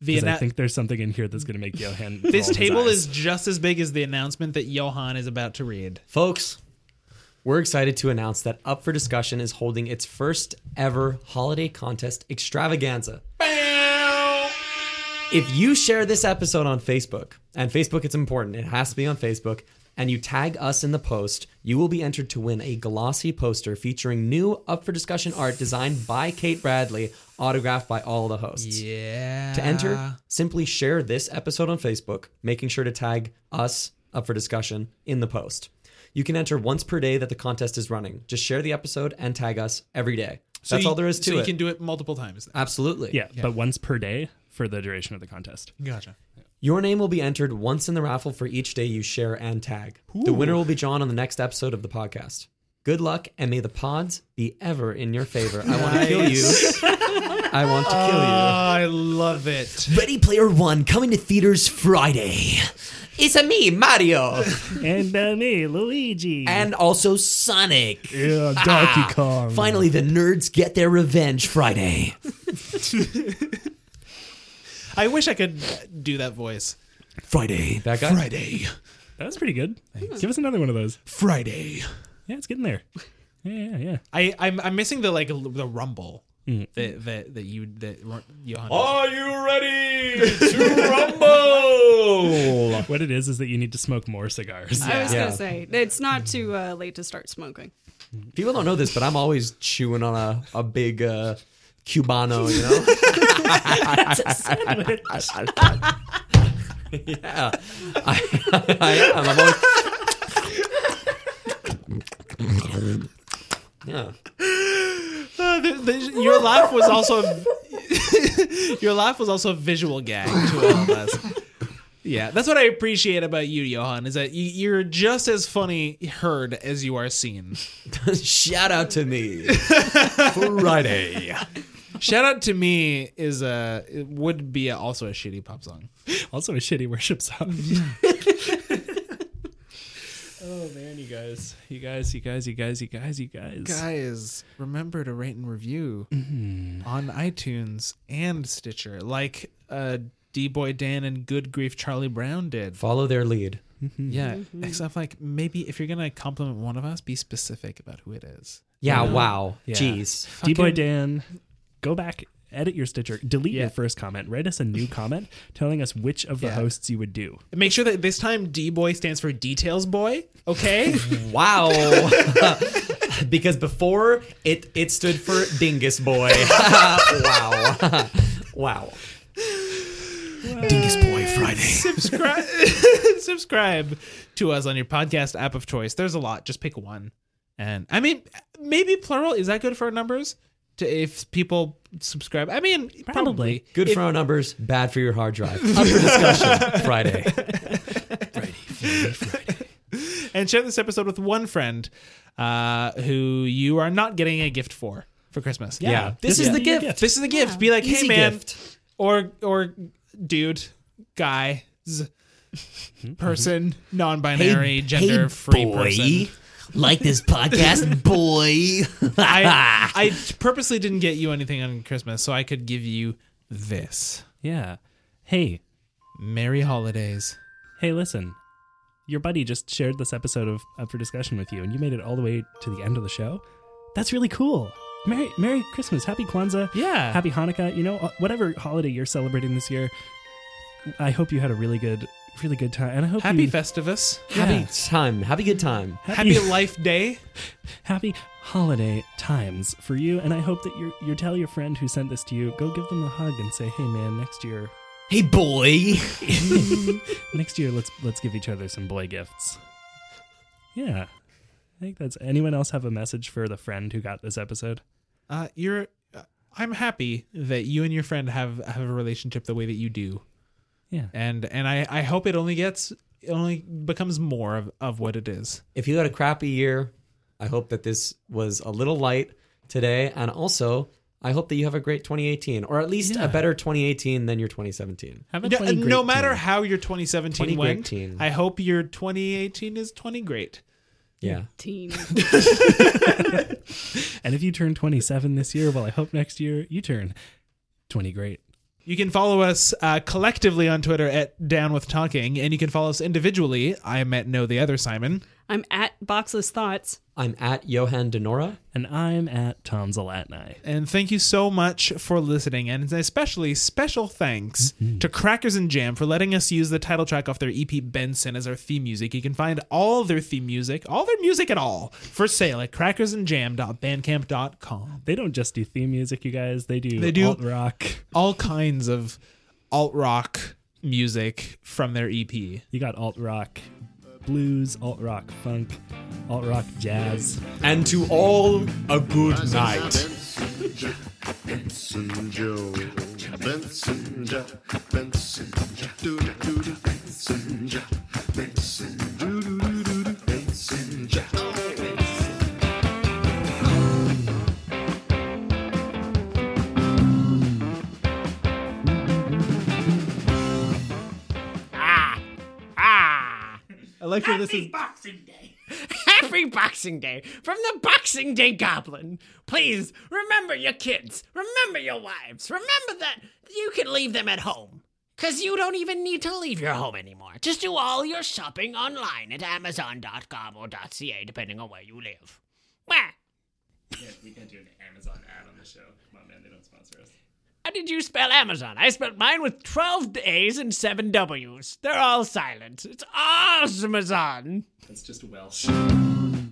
Speaker 4: The
Speaker 6: because I
Speaker 4: anna-
Speaker 6: think there's something in here that's going to make Johan.
Speaker 4: this
Speaker 6: roll his
Speaker 4: table
Speaker 6: eyes.
Speaker 4: is just as big as the announcement that Johan is about to read.
Speaker 3: Folks, we're excited to announce that Up for Discussion is holding its first ever holiday contest extravaganza. If you share this episode on Facebook, and Facebook it's important, it has to be on Facebook, and you tag us in the post, you will be entered to win a glossy poster featuring new Up for Discussion art designed by Kate Bradley, autographed by all the hosts.
Speaker 4: Yeah.
Speaker 3: To
Speaker 4: Uh.
Speaker 3: enter, simply share this episode on Facebook, making sure to tag us up for discussion in the post. You can enter once per day that the contest is running. Just share the episode and tag us every day.
Speaker 4: So
Speaker 3: That's
Speaker 4: you-
Speaker 3: all there is to
Speaker 4: so
Speaker 3: it.
Speaker 4: you can do it multiple times. then.
Speaker 3: Absolutely.
Speaker 6: Yeah, but once per day for the duration of the contest.
Speaker 4: Gotcha.
Speaker 3: Your name will be entered once in the raffle for each day you share and tag. The winner will be drawn on the next episode of the podcast. Good luck, and may the pods be ever in your favor. I want to kill you. I want to kill you.
Speaker 4: Oh, I love it.
Speaker 3: Uh, Ready Player One coming to theaters Friday. It's a me, Mario,
Speaker 6: and uh, me, Luigi.
Speaker 3: and also Sonic.
Speaker 6: yeah, Donkey Kong.
Speaker 3: Finally, the nerds get their revenge Friday.
Speaker 4: I wish I could do that voice.
Speaker 3: Friday. That guy.
Speaker 4: Friday.
Speaker 6: That was pretty good. Give us another one of those.
Speaker 4: Friday.
Speaker 6: Yeah, it's getting there. Yeah, yeah, yeah.
Speaker 4: I I'm, I'm missing the like l- the rumble that that that you that Ru- Johan. Oh,
Speaker 3: you ready to rumble?
Speaker 6: What it is is that you need to smoke more cigars.
Speaker 5: I was
Speaker 3: Yeah.
Speaker 5: gonna say it's not too uh, late to start smoking.
Speaker 3: People don't know this, but I'm always chewing on a a big uh, Cubano. You know. yeah, I, I am. I'm always. Yeah. Uh,
Speaker 4: the, the, your laugh was also a- your laugh was also a visual gag to all of us. Yeah, that's what I appreciate about you, Johan, is that you, you're just as funny heard as you are seen.
Speaker 3: Shout out to me. Friday.
Speaker 4: Shout out to me is a it would be also a shitty pop song.
Speaker 6: Also a shitty worship song. oh man, you guys. You guys, you guys, you guys, you guys, you guys.
Speaker 4: Guys, remember to rate and review on iTunes and Stitcher, like uh, D Boy Dan and Good Grief Charlie Brown did.
Speaker 3: Follow their lead.
Speaker 4: Yeah, except like maybe if you're gonna compliment one of us, be specific about who it is.
Speaker 3: Yeah, wow.
Speaker 6: Yeah.
Speaker 3: Jeez.
Speaker 6: D Boy
Speaker 4: Fucking-
Speaker 6: Dan, go back, edit your Stitcher, delete your first comment, write us a new comment telling us which of the
Speaker 4: Yeah.
Speaker 6: hosts you would do.
Speaker 4: Make sure that this time D Boy stands for Details Boy. Okay.
Speaker 3: Wow. because before it it stood for Dingus Boy. wow. wow. Dingus Boy Friday.
Speaker 4: subscribe, subscribe to us on your podcast app of choice. There's a lot. Just pick one. And I mean, maybe plural is that good for our numbers? To if people subscribe, I mean, probably,
Speaker 6: Probably.
Speaker 3: Good
Speaker 4: If-
Speaker 3: for our numbers, bad for your hard drive. Up for discussion Friday.
Speaker 4: and share this episode with one friend uh, who you are not getting a gift for for Christmas.
Speaker 3: Yeah. This,
Speaker 6: Yeah.
Speaker 3: is the
Speaker 6: Yeah.
Speaker 3: gift.
Speaker 4: This is the gift. Be like,
Speaker 3: Easy
Speaker 4: hey man,
Speaker 3: gift.
Speaker 4: or or dude, guy, z- person, non-binary, gender-free person.
Speaker 3: Like this podcast, boy.
Speaker 4: I I purposely didn't get you anything on Christmas so I could give you this.
Speaker 6: Yeah. Hey,
Speaker 4: Merry holidays.
Speaker 6: hey, listen. Your buddy just shared this episode of Up for Discussion with you, and you made it all the way to the end of the show. That's really cool. Merry, Merry Christmas. Happy Kwanzaa.
Speaker 4: Yeah.
Speaker 6: Happy Hanukkah. You know, uh, whatever holiday you're celebrating this year, I hope you had a really good, really good time. And I hope
Speaker 4: Happy
Speaker 6: you,
Speaker 4: Festivus.
Speaker 3: Happy time. Happy good time.
Speaker 4: Happy Life Day.
Speaker 6: happy holiday times for you. And I hope that you you tell your friend who sent this to you, go give them a hug and say, "Hey, man, next year,
Speaker 3: Hey, boy.
Speaker 6: next year, let's let's give each other some boy gifts." Yeah, I think that's. Anyone else have a message for the friend who got this episode?
Speaker 4: Uh, you're. uh, I'm happy that you and your friend have have a relationship the way that you do,
Speaker 6: Yeah,
Speaker 4: and and I I hope it only gets it only becomes more of of what it is.
Speaker 3: if you had a crappy year, I hope that this was a little light today. And also, I hope that you have a great 2018, or at least a better 2018 than your 2017.
Speaker 6: have a
Speaker 4: Yeah,
Speaker 6: 20
Speaker 4: no
Speaker 6: great
Speaker 4: matter
Speaker 6: team.
Speaker 4: how your 2017
Speaker 3: 20 great
Speaker 4: went,
Speaker 3: teen.
Speaker 4: I hope your 2018 is 20 great.
Speaker 3: Yeah.
Speaker 5: Teen.
Speaker 6: And if you turn 27 this year, well, I hope next year you turn 20 great.
Speaker 4: You can follow us uh, collectively on Twitter at Down with Talking, and you can follow us individually. I'm at Know the Other Simon.
Speaker 5: I'm at Boxless Thoughts.
Speaker 3: I'm at Johan Denora.
Speaker 6: And I'm at Tom Zalatni.
Speaker 4: And thank you so much for listening, and especially special thanks to Crackers and Jam for letting us use the title track off their EP Benson as our theme music. You can find all their theme music, all their music at all, for sale at crackersandjam.bandcamp.com.
Speaker 6: They don't just do theme music, you guys. They do,
Speaker 4: They do-
Speaker 6: alt rock.
Speaker 4: All kinds of alt rock music from their E EP.
Speaker 6: You got alt rock blues, alt rock funk, alt rock jazz.
Speaker 3: And to all, a good
Speaker 2: Night. Joe, Benson Joe, Benson Joe, Benson Joe, do da do da, Benson Joe, Benson do do do do do, Benson Joe.
Speaker 1: I like that this is
Speaker 7: Boxing Day. ah. Happy Boxing Day from the Boxing Day Goblin. Please remember your kids. Remember your wives. Remember that you can leave them at home. Because you don't even need to leave your home anymore. Just do all your shopping online at amazon.com or .ca, depending on where you live. Wah.
Speaker 6: We can't do an Amazon ad on the show. Come on, man, they don't sponsor us.
Speaker 7: How did you spell Amazon? I spelled mine with 12 A's and 7 W's. They're all silent. It's awesome, Amazon.
Speaker 6: That's just Welsh.
Speaker 2: Amazon,